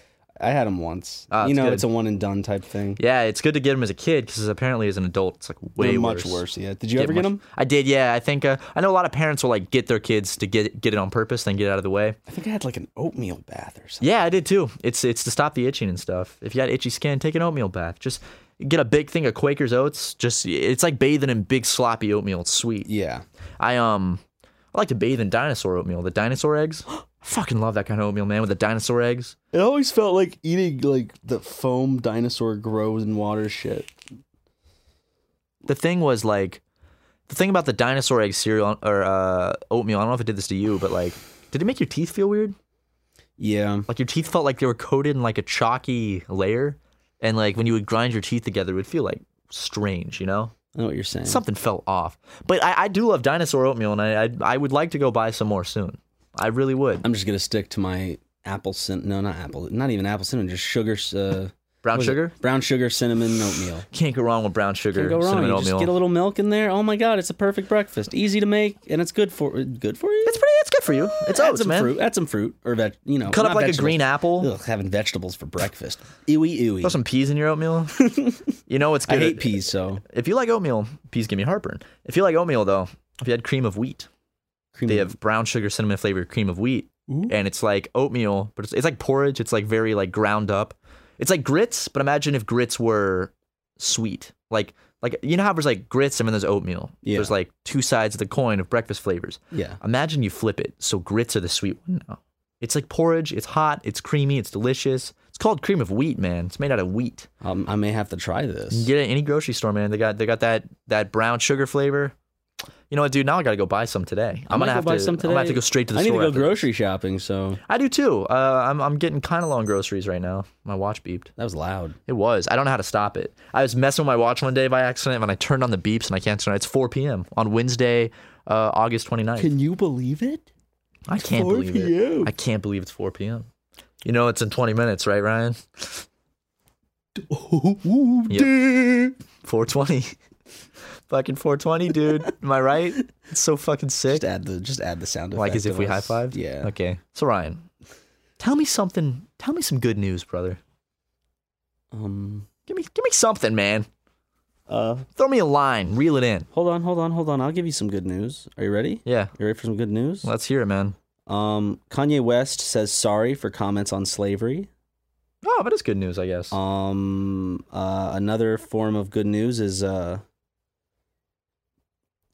I had them once.
Ah,
you
it's
know,
good.
it's a one and done type thing.
Yeah, it's good to get them as a kid because apparently as an adult it's like way
They're much worse. Yeah. Did you ever get
much-
them?
I did. Yeah, I think uh, I know a lot of parents will like get their kids to get get it on purpose, then get it out of the way.
I think I had like an oatmeal bath or something.
Yeah, I did too. It's it's to stop the itching and stuff. If you got itchy skin, take an oatmeal bath. Just get a big thing of Quaker's oats. Just it's like bathing in big sloppy oatmeal. It's sweet.
Yeah.
I um I like to bathe in dinosaur oatmeal. The dinosaur eggs. I fucking love that kind of oatmeal, man, with the dinosaur eggs.
It always felt like eating like the foam dinosaur grows in water shit.
the thing was like the thing about the dinosaur egg cereal or uh, oatmeal. I don't know if it did this to you, but like, did it make your teeth feel weird?
Yeah.
Like your teeth felt like they were coated in like a chalky layer, and like when you would grind your teeth together, it would feel like strange, you know?
I know what you're saying.
Something felt off. But I, I do love dinosaur oatmeal, and I, I I would like to go buy some more soon. I really would.
I'm just gonna stick to my apple cin. No, not apple. Not even apple cinnamon. Just sugar. Uh,
Brown
what is it?
sugar
Brown sugar, cinnamon, oatmeal.
can't go wrong with brown sugar
Can't go wrong.
cinnamon
You
oatmeal.
just get a little milk in there. Oh my god, it's a perfect breakfast. Easy to make, and it's good for good for you.
it's pretty. It's good for you. It's
add
oats,
some
man.
fruit. Add some fruit or veg. You know,
Cut up
not
like a
vegetables.
green apple.
Ugh, having vegetables for breakfast. Ewy ewy.
Throw some peas in your oatmeal. you know it's
I
good.
hate peas, so
If you like oatmeal, peas give me heartburn. If you like oatmeal, though, if you had cream of wheat,
cream
they
of-
have brown sugar cinnamon flavored cream of wheat, and it's like oatmeal, but it's, it's like porridge. It's like very like ground up. It's like grits, but imagine if grits were sweet, like like you know how there's like grits and then there's oatmeal.
Yeah.
There's like two sides of the coin of breakfast flavors.
Yeah.
Imagine you flip it, so grits are the sweet one now. It's like porridge. It's hot. It's creamy. It's delicious. It's called cream of wheat, man. It's made out of wheat.
Um, I may have to try
You can
this.
get it at any grocery store, man. They got they got that that brown sugar flavor. You know what, dude? Now I gotta go buy some today.
I
I'm gonna
might go
have
buy
to.
some
I'm gonna have
today.
to go straight to the
I need
store.
to go
after this.
grocery shopping, so
I do too. Uh, I'm I'm getting kind of low on groceries right now. My watch beeped.
that was loud.
It was. I don't know how to stop it. I was messing with my watch one day by accident, and I turned on the beeps, and I can't turn it. It's 4 p.m. on Wednesday, uh, August 29th.
you believe it?
I can't
4
believe
p.m..
it. I can't believe it's 4 p.m. You know it's in 20 minutes, right, Ryan?
Ooh,
Yep. 420. fucking 420, dude. Am I right? It's so fucking sick.
Just add the just add the sound effect.
like as if
of
we high
us.
fived.
Yeah.
Okay. So Ryan, tell me something. Tell me some good news, brother.
Um.
Give me, give me something, man.
Uh.
Throw me a line. Reel it in.
Hold on, hold on, hold on. I'll give you some good news. Are you ready?
Yeah.
You ready for some good news?
Let's hear it, man.
Um, Kanye West says sorry for comments on slavery.
Oh, that is good news, I guess.
Um, uh, another form of good news is uh,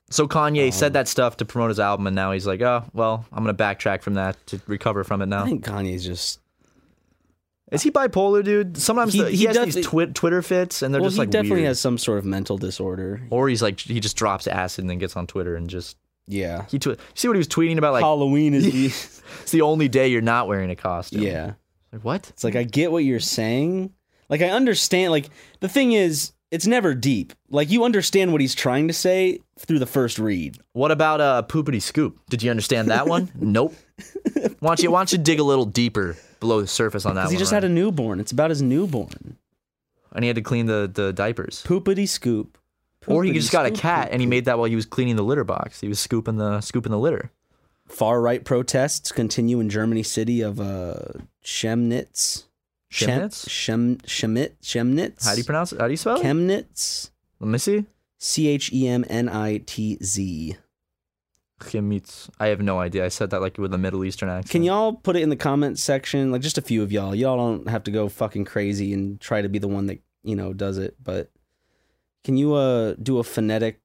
so Kanye
um,
said that stuff to promote his album, and now he's like, oh, well, I'm gonna backtrack from that to recover from it
I
now.
think Kanye's just
Is he bipolar, dude? Sometimes
He-
the, he,
he
has these
definitely-
twi- Twitter fits, and they're
well,
just
he
like
definitely
weird.
has some sort of mental disorder.
Or he's like, he just drops acid and then gets on Twitter and just
Yeah,
he. Tw- see what he was tweeting about? Like,
Halloween is the
it's the only day you're not wearing a costume.
yeah.
Like, what?
It's like I get what you're saying. Like I understand. Like the thing is, it's never deep. Like you understand what he's trying to say through the first read.
What about uh, poopity scoop? Did you understand that one? nope. Why don't you why don't you dig a little deeper below the surface on that
Because
one?
he just had a
Ryan?
newborn. It's about his newborn.
and he had to clean the the diapers.
Poopity scoop.
Or he
Poopity
just got a
scoop,
cat and he
poop,
made that while he was cleaning the litter box. He was scooping the scooping the litter.
Far right protests continue in Germany city of uh, Chemnitz. Chem-
Chemnitz?
Chem Chemit Chemnitz.
How do you pronounce it? How do you spell it?
Chemnitz.
Let me see.
C H E M N I T Z.
Chemitz. I have no idea. I said that like with a Middle Eastern accent.
Can y'all put it in the comments section? Like just a few of y'all. Y'all don't have to go fucking crazy and try to be the one that you know does it. But can you uh do a phonetic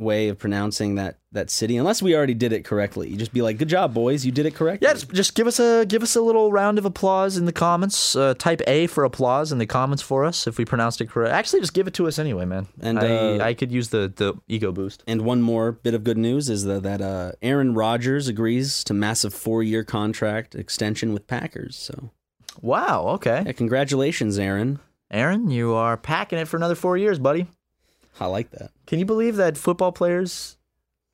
way of pronouncing that that city? Unless we already did it correctly, you just be like, "Good job, boys! You did it correctly."
Yeah, just, just give us a give us a little round of applause in the comments. Uh, type A for applause in the comments for us if we pronounced it correct. Actually, just give it to us anyway, man.
And,
I,
uh,
I could use the the ego boost.
And one more bit of good news is that, that uh, Aaron Rodgers agrees to massive four-year contract extension with Packers. So,
Wow. Okay.
yeah, congratulations, Aaron.
Aaron, you are packing it for another four years, buddy.
I like that.
Can you believe that football players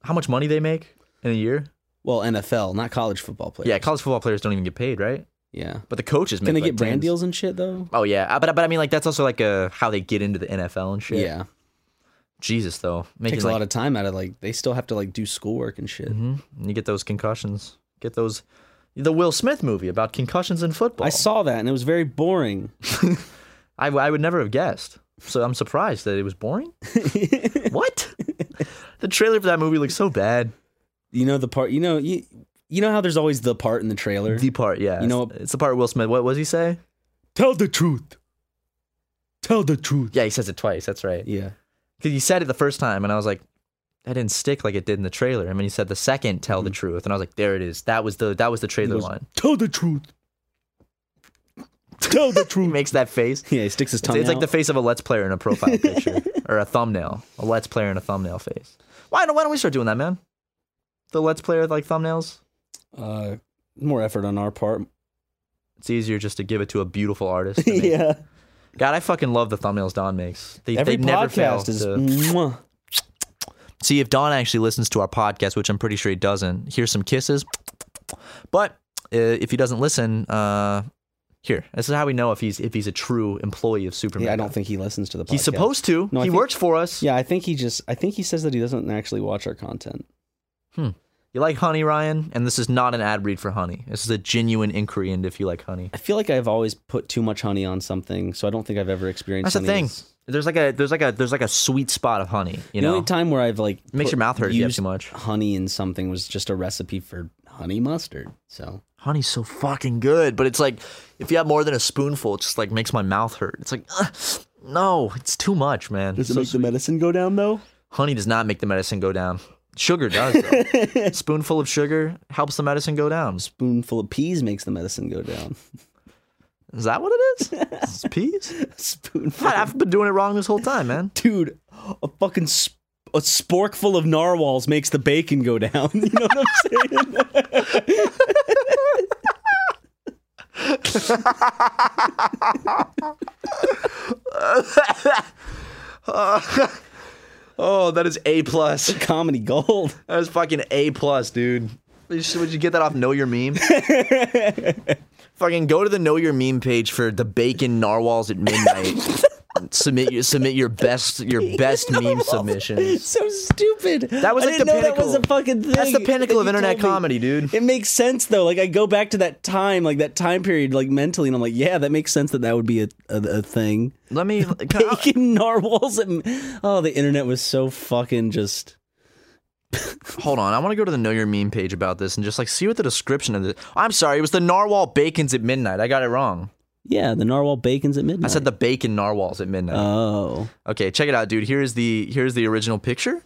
how much money they make in a year?
Well, NFL, not college football players.
Yeah, college football players don't even get paid, right?
yeah.
But the coaches make
Can they
like
get brand
tens.
deals and shit though?
Oh yeah, Uh, but but I mean like that's also like a how they get into the NFL and shit.
Yeah,
Jesus though, making
takes a
like,
lot of time out of like they still have to like do schoolwork and shit.
Mm-hmm. you get those concussions, get those. The Will Smith movie about concussions in football.
I saw that and it was very boring.
I, I would never have guessed. So I'm surprised that it was boring. what? The trailer for that movie looks so bad.
You know the part. You know you. You know how there's always the part in the trailer.
The part, yeah.
You know-
it's the part Will Smith. What was he say?
Tell the truth. Tell the truth.
Yeah, he says it twice. That's right.
Yeah.
'Cause he said it the first time, and I was like, that didn't stick like it did in the trailer. And then he said the second, "Tell
Mm-hmm.
the truth," and I was like, there it is. That was the that was the trailer
goes,
line.
Tell the truth. Tell the
He
truth.
makes that face.
yeah, he sticks his
It's,
tongue.
it's like the
out.
face of a Let's Player in a profile picture or a thumbnail. A Let's Player in a thumbnail face. Why don't Why don't we start doing that, man? The Let's Player like thumbnails.
uh, more effort on our part.
It's easier just to give it to a beautiful artist. than me. God, I fucking love the thumbnails Don makes. They,
Every
they never fail
podcast is.
to-
Mwah.
See if Don actually listens to our podcast, which I'm pretty sure he doesn't. Here's some kisses. But uh, if he doesn't listen, uh, here. This is how we know if he's if he's a true employee of Superman.
Yeah, I don't think he listens to the. podcast.
he's supposed to.
No, I
he
think-
works for us.
Yeah, I think he just. I think he says that he doesn't actually watch our content.
You like honey, Ryan? And this is not an ad read for honey. This is a genuine inquiry into if you like honey.
I feel like I've always put too much honey on something, so I don't think I've ever experienced.
That's the thing.
honey as-
There's like a there's like a there's like a sweet spot of honey. You
the
know,
only time where I've like
Makes your mouth hurt if you have
used
too much.
honey in something was just a recipe for honey mustard. So
honey's so fucking good, but it's like if you have more than a spoonful, it just like makes my mouth hurt. It's like, "Ugh, no, it's too much, man. It's so sweet.
medicine go down though?
honey does not make the medicine go down. Sugar does. Though. spoonful of sugar helps the medicine go down.
Spoonful of peas makes the medicine go down.
Is that what it is? It's peas?
Spoonful,
God, I've been doing it wrong this whole time, man.
dude. A fucking sp- a spork full of narwhals makes the bacon go down. You know what I'm saying?
Oh, that is A plus.
Comedy gold.
That is fucking A plus, dude. You should- Would you get that off Know Your Meme? fucking go to the Know Your Meme page for the bacon narwhals at midnight. submit your submit your best your best meme submissions.
so stupid.
That was
I
like
didn't
the
know
pinnacle.
That was a fucking thing.
That's the pinnacle
that
of
you
internet
told me.
comedy, dude.
It makes sense though. Like I go back to that time, like that time period, like mentally, and I'm like, yeah, that makes sense that that would be a a, a thing.
Let me. Can I-
Bacon narwhals. And, oh, the internet was so fucking just.
hold on. I want to go to the Know Your Meme page about this and just like see what the description of this. I'm sorry, it was the narwhal bacon's at midnight. I got it wrong.
Yeah, the narwhal bacon's at midnight.
I said the bacon narwhals at midnight.
Oh,
Okay, check it out, dude. Here's the here's the original picture,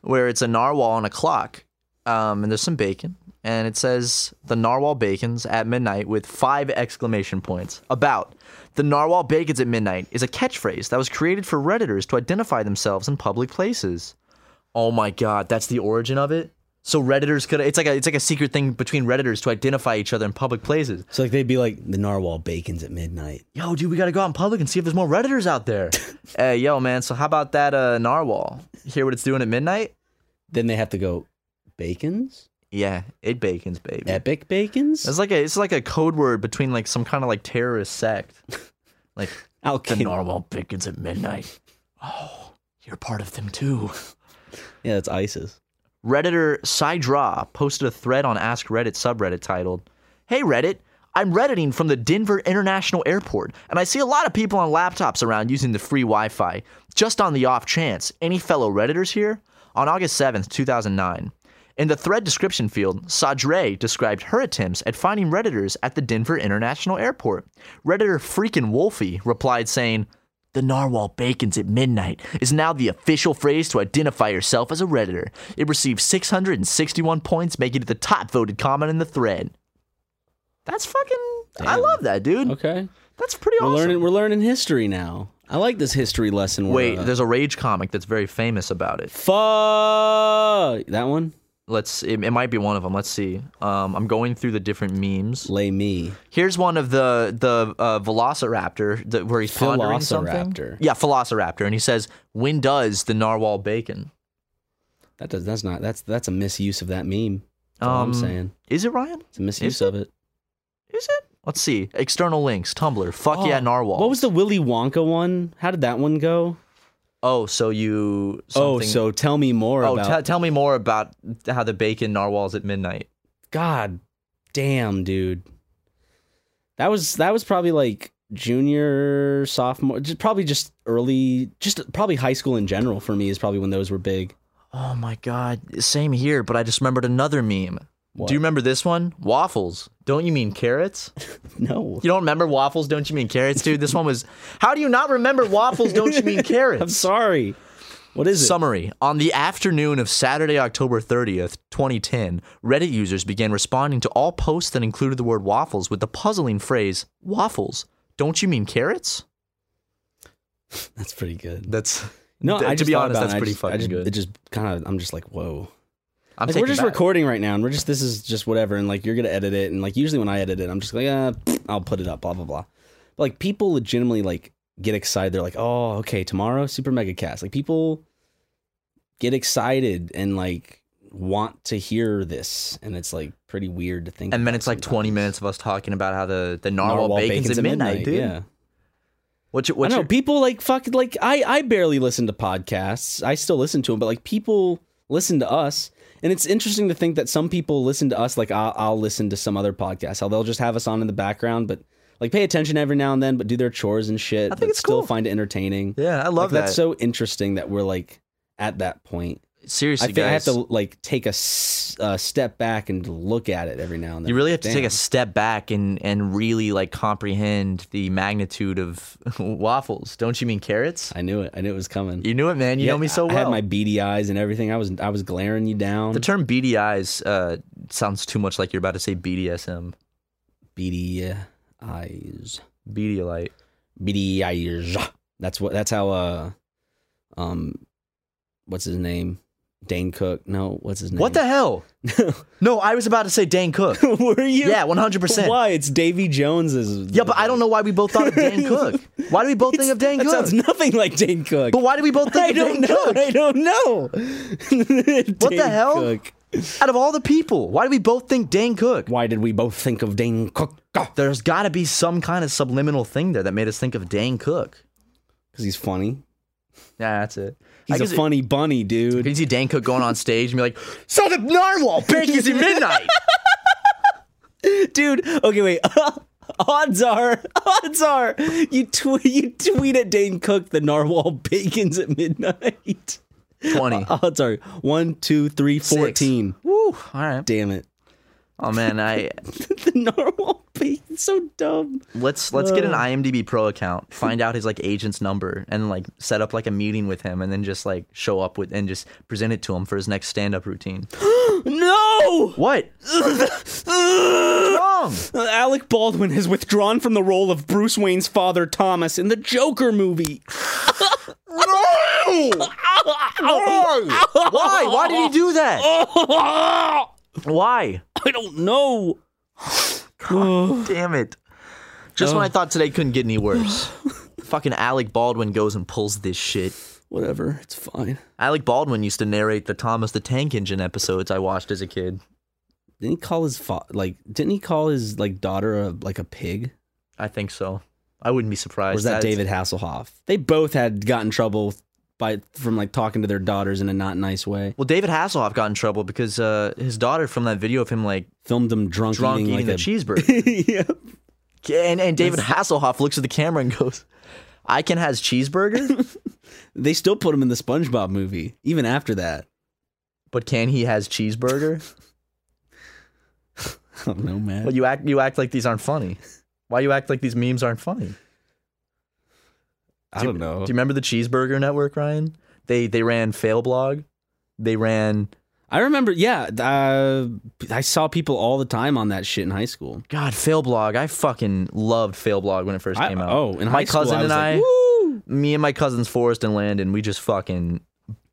where it's a narwhal and a clock, um, and there's some bacon, and it says the narwhal bacon's at midnight with five exclamation points. About the narwhal bacon's at midnight is a catchphrase that was created for redditors to identify themselves in public places. Oh my god, that's the origin of it. So redditors could it's like a it's like a secret thing between redditors to identify each other in public places.
so like they'd be like the narwhal bacon's at midnight.
Yo, dude, we gotta go out in public and see if there's more redditors out there. hey, yo, man. So how about that uh, narwhal? Hear what it's doing at midnight?
Then they have to go bacon's
Yeah, it bacons, baby.
epic bacon's
It's like a it's like a code word between like some kind of like terrorist sect. Like
Al
the
Qaeda.
narwhal bacons at midnight. Oh, you're part of them too.
Yeah, that's ISIS.
Redditor Sidra posted a thread on Ask Reddit subreddit titled, Hey Reddit, I'm Redditing from the Denver International Airport, and I see a lot of people on laptops around using the free Wi Fi. Just on the off chance, any fellow Redditors here? On August 7th, 2009. In the thread description field, Sajre described her attempts at finding Redditors at the Denver International Airport. Redditor Freakin' Wolfie replied saying, the narwhal bacons at midnight is now the official phrase to identify yourself as a Redditor. It received 661 points, making it the top voted comment in the thread. That's fucking. I love that, dude.
Okay,
That's pretty
we're
awesome.
learning. We're learning history now. I like this history lesson. we're,
Wait,
uh,
there's a Rage comic that's very famous about it.
Fuck that one.
Let's. It, it might be one of them. Let's see. Um, I'm going through the different memes.
Lay me.
Here's one of the the uh, Velociraptor that, where he's pondering something.
Velociraptor.
Yeah, Velociraptor, and he says, "When does the narwhal bacon?"
That does that's not that's that's a misuse of that meme. That's all I'm
Um,
saying.
Is it Ryan?
It's a misuse
is
of it.
Is it? Let's see. External links. Tumblr. Fuck yeah,
Oh,
narwhal.
What was the Willy Wonka one? How did that one go?
Oh, so you.
Oh,
something-
so tell me more
Oh,
about
te- tell me more about how the bacon narwhals at midnight.
God damn, dude. That was that was probably like junior, sophomore, just probably just early, just probably high school in general for me is probably when those were big.
Oh my god. Same here, but I just remembered another meme.
What?
Do you remember this one? Waffles. Don't you mean carrots?
No.
You don't remember waffles? Don't you mean carrots, dude? This one was. How do you not remember waffles? Don't you mean carrots?
I'm sorry. What is it?
Summary. On the afternoon of Saturday, October 30th, 2010, Reddit users began responding to all posts that included the word waffles with the puzzling phrase, waffles. Don't you mean carrots?
That's pretty good.
That's
No,
th-
I
to
just
be
thought
honest,
about it,
that's
I
pretty
just- I
fucking
just-
good.
It just kind of, I'm just like, whoa.
I'm
Like, we're
taken
just
back.
recording right now, and we're just this is just whatever, and like you're gonna edit it, and like usually when I edit it, I'm just like, uh, pfft, I'll put it up, blah blah blah. But like people legitimately like get excited. They're like, oh, okay, tomorrow super mega cast. Like people get excited and like want to hear this, and it's like pretty weird to think.
And then
about
it's like 20
sometimes.
minutes of us talking about how the, the narwhal, bacon's, at midnight, dude.
Yeah,
What's your,
I
what's
know
your,
people like fucking like I I barely listen to podcasts. I still listen to them, but like people listen to us, and it's interesting to think that some people listen to us. Like I'll, I'll listen to some other podcasts. How they'll just have us on in the background, but like pay attention every now and then, but do their chores and shit.
I think
but
it's
still
cool.
find it entertaining.
yeah, I love
Like,
that.
That's so interesting that we're like at that point.
Seriously,
I think I have
guys.
to like take a s- a step back and look at it every now and then.
you really have to take
Damn.
a step back and, and really like comprehend the magnitude of waffles. Don't you mean carrots?
I knew it. I knew it was coming.
You knew it, man. You
Yeah,
know me so
I
well.
had my beady eyes and everything. I was I was glaring you down.
The term beady eyes uh, sounds too much like you're about to say BDSM.
beady uh, eyes.
Beady light.
Beady eyes. That's what. That's how. Uh, um, what's his name? Dane Cook. No, what's his name?
What the hell? no, I was about to say Dan Cook.
Were you?
yeah, 100%.
Why? It's Davy Jones. Is
Yeah, but I don't know why we both thought of Dan Cook. Why do we both think of Dan
that
Cook?
sounds nothing like Dane Cook.
but why do we both think
I
of
don't
Dan
know.
Cook?
I don't know. what
the hell? Out of all the people, why do we both think Dan Cook?
Why did we both think of Dane Cook? Because
There's got to be some kind of subliminal thing there that made us think of Dan Cook.
he's funny.
Yeah, that's it.
He's
a
a funny bunny, dude.
Can you see Dan Cook going on stage and be like, "Saw the narwhal bacon's at midnight."
dude. Okay, wait. odds are, odds are, you tweet you tweet at Dane Cook the narwhal bacon's at midnight.
Twenty.
Odds are one, two, three,
Six.
fourteen.
Woo! All right.
Damn it,
Oh man, I
the narwhal bacon's so dumb.
let's let's get an IMDb Pro account, find out his like agent's number, and like set up like a meeting with him, and then just like show up with and just present it to him for his next stand up routine.
No,
What? Wrong.
Alec Baldwin has withdrawn from the role of Bruce Wayne's father, Thomas, in the Joker movie.
Why? Why did he do that? Why?
I don't know.
Damn it. Just when I thought today couldn't get any worse. Fucking Alec Baldwin goes and pulls this shit.
Whatever, it's fine.
Alec Baldwin used to narrate the Thomas the Tank Engine episodes I watched as a kid.
Didn't he call his fa- like? Didn't he call his like daughter a, like a pig?
I think so. I wouldn't be surprised.
Or was that
That's-
David Hasselhoff? They both had got in trouble by from like talking to their daughters in a not nice way.
Well, David Hasselhoff got in trouble because uh, his daughter from that video of him like
Filmed them drunk,
drunk eating,
eating, like
a,
a
cheeseburger,
yeah.
and and David Hasselhoff looks at the camera and goes, "I can has cheeseburger,
They still put him in the SpongeBob movie even after that.
but can he has cheeseburger?"
I don't know, man.
Well, you act you act like these aren't funny. Why you act like these memes aren't funny?
I don't know.
Do you remember the Cheeseburger Network, Ryan? They they ran Fail Blog. They ran
I remember. Yeah, uh, I saw people all the time on that shit in high school.
God Fail Blog. I fucking loved Fail Blog when it first
I-
came out.
oh, in
my
high school,
cousin
I was
and I,
like,
me and my cousins Forrest and Landon, we just fucking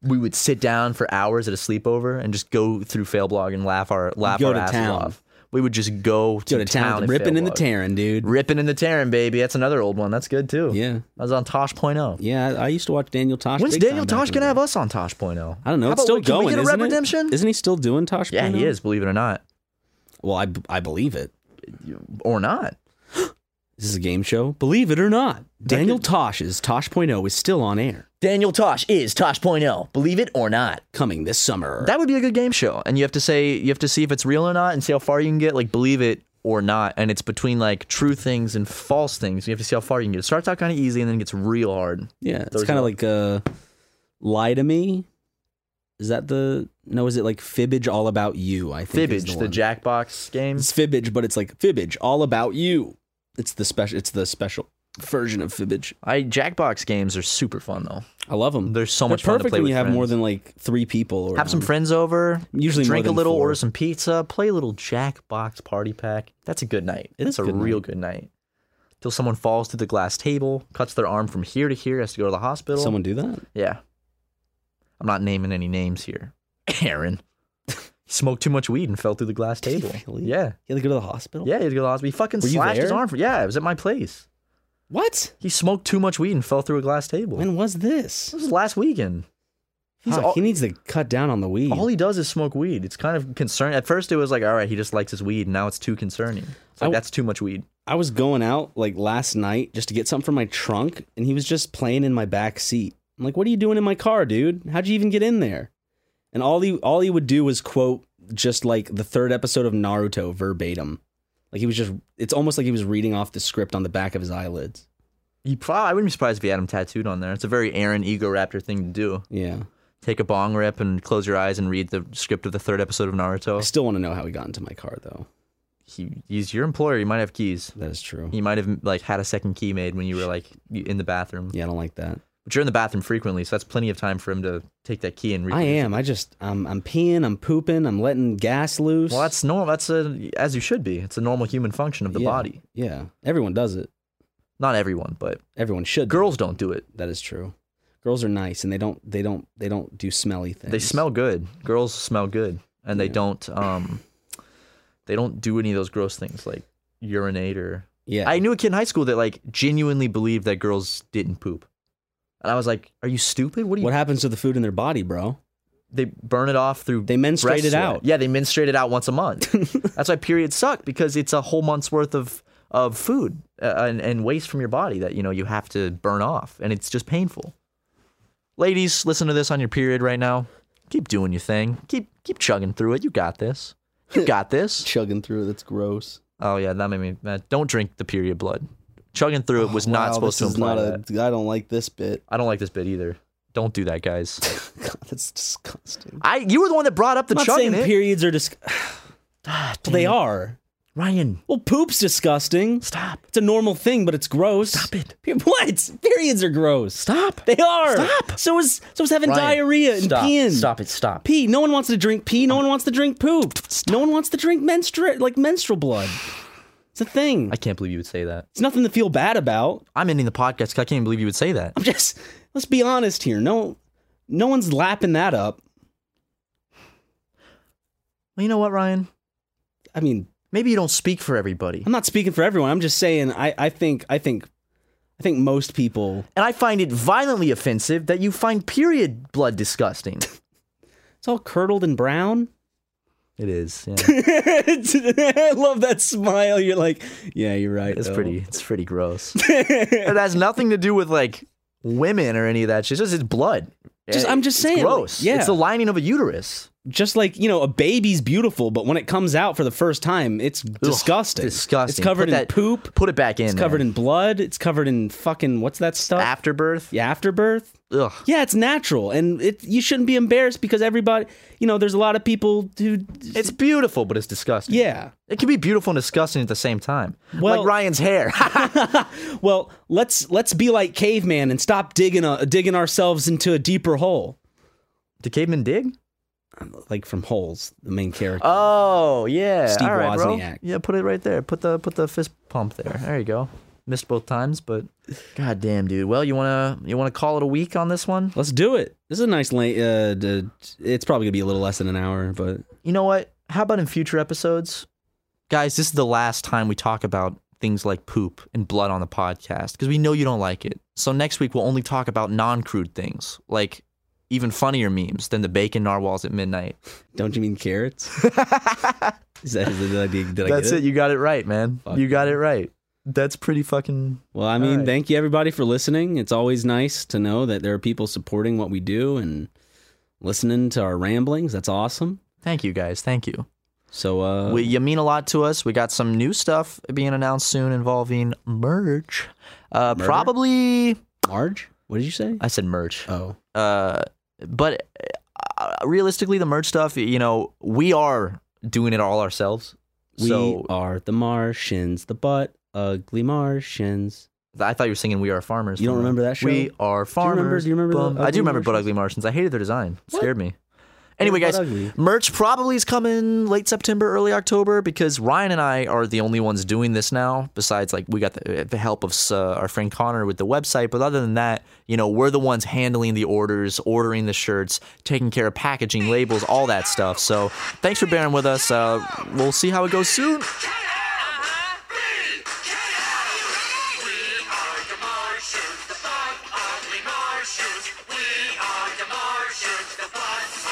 we would sit down for hours at a sleepover and just go through Fail Blog and laugh our laugh
go
our
to
asses
town.
off. we would just go to,
Go to town,
if
ripping
they
in the
walked.
Terran, dude.
Ripping in the Terran, baby. That's another old one. That's good too.
Yeah.
I was on Tosh.0.
Yeah, I, I used to watch Daniel Tosh.
When's
big time
Daniel
back
Tosh
in the
gonna
day.
have us on Tosh.0?
I don't know.
How
It's
about
still
we- can
going.
We get a
isn't
rep
it?
redemption?
Isn't he still doing Tosh?
Yeah, he is. Believe it or not,
Well, I, I believe it.
or not.
This is a game show. Believe it or not, Daniel Tosh's Tosh.0 is still on air.
Daniel Tosh is Tosh.0. Believe it or not.
Coming this summer.
That would be a good game show. And you have to say you have to see if it's real or not and see how far you can get, like believe it or not. And it's between like true things and false things. You have to see how far you can get. It starts out kinda easy and then it gets real hard.
yeah, it's
There's
kind of
a-
like uh, Lie to Me. Is that the. No, is it like Fibbage All About You? I think. is
Fibbage, the,
one.
Jackbox game.
It's Fibbage, but it's like Fibbage All About You. It's the special. It's the special version of Fibbage.
I Jackbox games are super fun though.
I love them.
They're so much fun to
perfect
play
when
with
you have more
friends.
than like three people. Around.
Have some friends over.
Usually more
drink a
than
little,
four.
order some pizza, play a little Jackbox party pack. That's a good night.
It
That's
is a
a
good
real
night.
good night. Till someone falls through the glass table, cuts their arm from here to here, has to go to the hospital.
Someone do that?
Yeah. I'm not naming any names here. Aaron. he smoked too much weed and fell through the glass
Did he
table.
really?
Yeah.
You had to go to the hospital.
Yeah, he had to go to the hospital. He fucking
Were you
slashed his
there?
arm. For, yeah, it was at my place.
What?
He smoked too much weed and fell through a glass table.
When was this?
this was last weekend. He's
Fuck,
all,
he needs to cut down on the weed.
all he does is smoke weed. It's kind of concerning. At first, it was like, all right, he just likes his weed. Now it's too concerning. It's like,
I-
that's too much weed.
I was going out like last night just to get something from my trunk, and he was just playing in my back seat. I'm like, "What are you doing in my car, dude? How'd you even get in there?" And all he all he would do was quote just like the third episode of Naruto verbatim. Like he was just, it's almost like he was reading off the script on the back of his eyelids.
He probably, I wouldn't be surprised if he had him tattooed on there. It's a very Aaron Ego Raptor thing to do.
Yeah.
Take a bong rip and close your eyes and read the script of the third episode of Naruto.
I still want to know how he got into my car, though.
he, he's your employer. You might have keys.
That is true.
You might have like had a second key made when you were like in the bathroom.
Yeah, I don't like that.
But you're in the bathroom frequently, so that's plenty of time for him to take that key and.
I
reproduce
am. I just, I'm, I'm peeing, I'm pooping, I'm letting gas
it.
loose.
Well, that's normal. That's a as you should be. It's a normal human function of the
Yeah.
body.
Yeah. Everyone does it.
Not everyone, but
Everyone should. do
girls don't do it.
That is true. Girls are nice, and they don't they don't they don't do smelly things.
They smell good. Girls smell good, and they don't um, they don't do any of those gross things like urinate or.
Yeah,
I knew a kid in high school that like genuinely believed that girls didn't poop, and I was like, "Are you stupid? What do you?
what happens to the food in their body, bro?
they burn it off through
They menstruate
breast
it
sweat.
out.
Yeah, they menstruate it out once a month. That's why periods suck because it's a whole month's worth of of food uh, and, and waste from your body that you know you have to burn off, and it's just painful. Ladies, listen to this on your period right now. Keep doing your thing. Keep keep chugging through it. You got this. You got this.
Chugging through it, that's gross.
Oh yeah, that made me mad. Don't drink the period blood. Chugging through it
Oh,
was not supposed to imply that.
I don't like this bit.
I don't like this bit either. Don't do that, guys.
God, that's disgusting.
I you were the one that brought up the
I'm not
chugging
saying
it.
periods are dis-
Ah,
well, they
dang it.
are.
Ryan,
Well, poop's disgusting.
stop.
It's a normal thing, but it's gross. Stop
it.
What? Periods are gross.
Stop.
They are.
Stop.
So is so is having
Ryan,
diarrhea and
stop.
peeing.
Stop it. Stop.
pee. No one wants to drink pee. No one wants to drink poop. No one wants to drink menstrual like menstrual blood. It's a thing.
I can't believe you would say that.
It's nothing to feel bad about.
I'm ending the podcast 'cause I can't believe you would say that.
I'm just let's be honest here. No, no one's lapping that up.
Well, you know what, Ryan?
I mean,
Maybe you don't speak for everybody.
I'm not speaking for everyone. I'm just saying. I I think I think I think most people.
And I find it violently offensive that you find period blood disgusting.
It's all curdled and brown.
It is. Yeah.
I love that smile. You're like, yeah, you're right.
It's
though."
pretty. It's pretty gross. it has nothing to do with like women or any of that shit. It's just it's blood.
Just-
Yeah,
I'm just
it's
saying, like,
Gross.
yeah.
It's the lining of a uterus.
just like you know a baby's beautiful but when it comes out for the first time it's disgusting
disgusting.
it's covered
Put
in
that-
poop
Put it back in.
it's covered in blood it's covered in fucking what's that stuff
afterbirth.
yeah, afterbirth
Ugh.
yeah it's natural and it you shouldn't be embarrassed because everybody you know there's a lot of people who
It's beautiful, but it's disgusting.
yeah
It can be beautiful and disgusting at the same time.
Well-
like Ryan's hair.
well let's let's be like caveman and stop digging a, digging ourselves into a deeper hole
Did cavemen dig?
like from holes the main character
Oh yeah,
Steve
All right, bro.
Wozniak.
Yeah, put it right there. Put the put the fist pump there. There you go. Missed both times, but god damn, dude. Well, you wanna you wanna call it a week on this one?
let's do it this is a nice late uh d- it's probably gonna be a little less than an hour but
You know what? How about in future episodes, guys, this is the last time we talk about things like poop and blood on the podcast because we know you don't like it. So next week we'll only talk about non-crude things, like even funnier memes than the bacon narwhals at midnight.
Don't you mean carrots? is that, is that, did, did I
That's
get
it. You got it right, man.
Fuck.
You got it right. That's pretty fucking
Well, I mean,
right.
thank you everybody for listening. It's always nice to know that there are people supporting what we do and listening to our ramblings. That's awesome.
Thank you guys. Thank you.
So, uh,
we, you mean a lot to us. We got some new stuff being announced soon involving merch. Uh,
Murder?
probably
Marge, what did you say?
I said merch.
oh,
Uh, but uh, realistically, the merch stuff, you know, we are doing it all ourselves.
we
so
are the Martians, the butt ugly Martians.
I thought you were singing "We Are Farmers."
You don't
from-
remember that show?
We are
you remember-
farmers.
do you remember the
bum- I
Ugly
do remember But
Martians?
Ugly Martians. I hated their design. It scared me. Anyway,
Butt
guys,
Ugly.
merch probably is coming late September, early October because Ryan and I are the only ones doing this now. Besides, like we got the, the help of uh, our friend Connor with the website, but other than that, you know, we're the ones handling the orders, ordering the shirts, taking care of packaging, labels, all that stuff. So thanks for bearing with us. Uh, we'll see how it goes soon.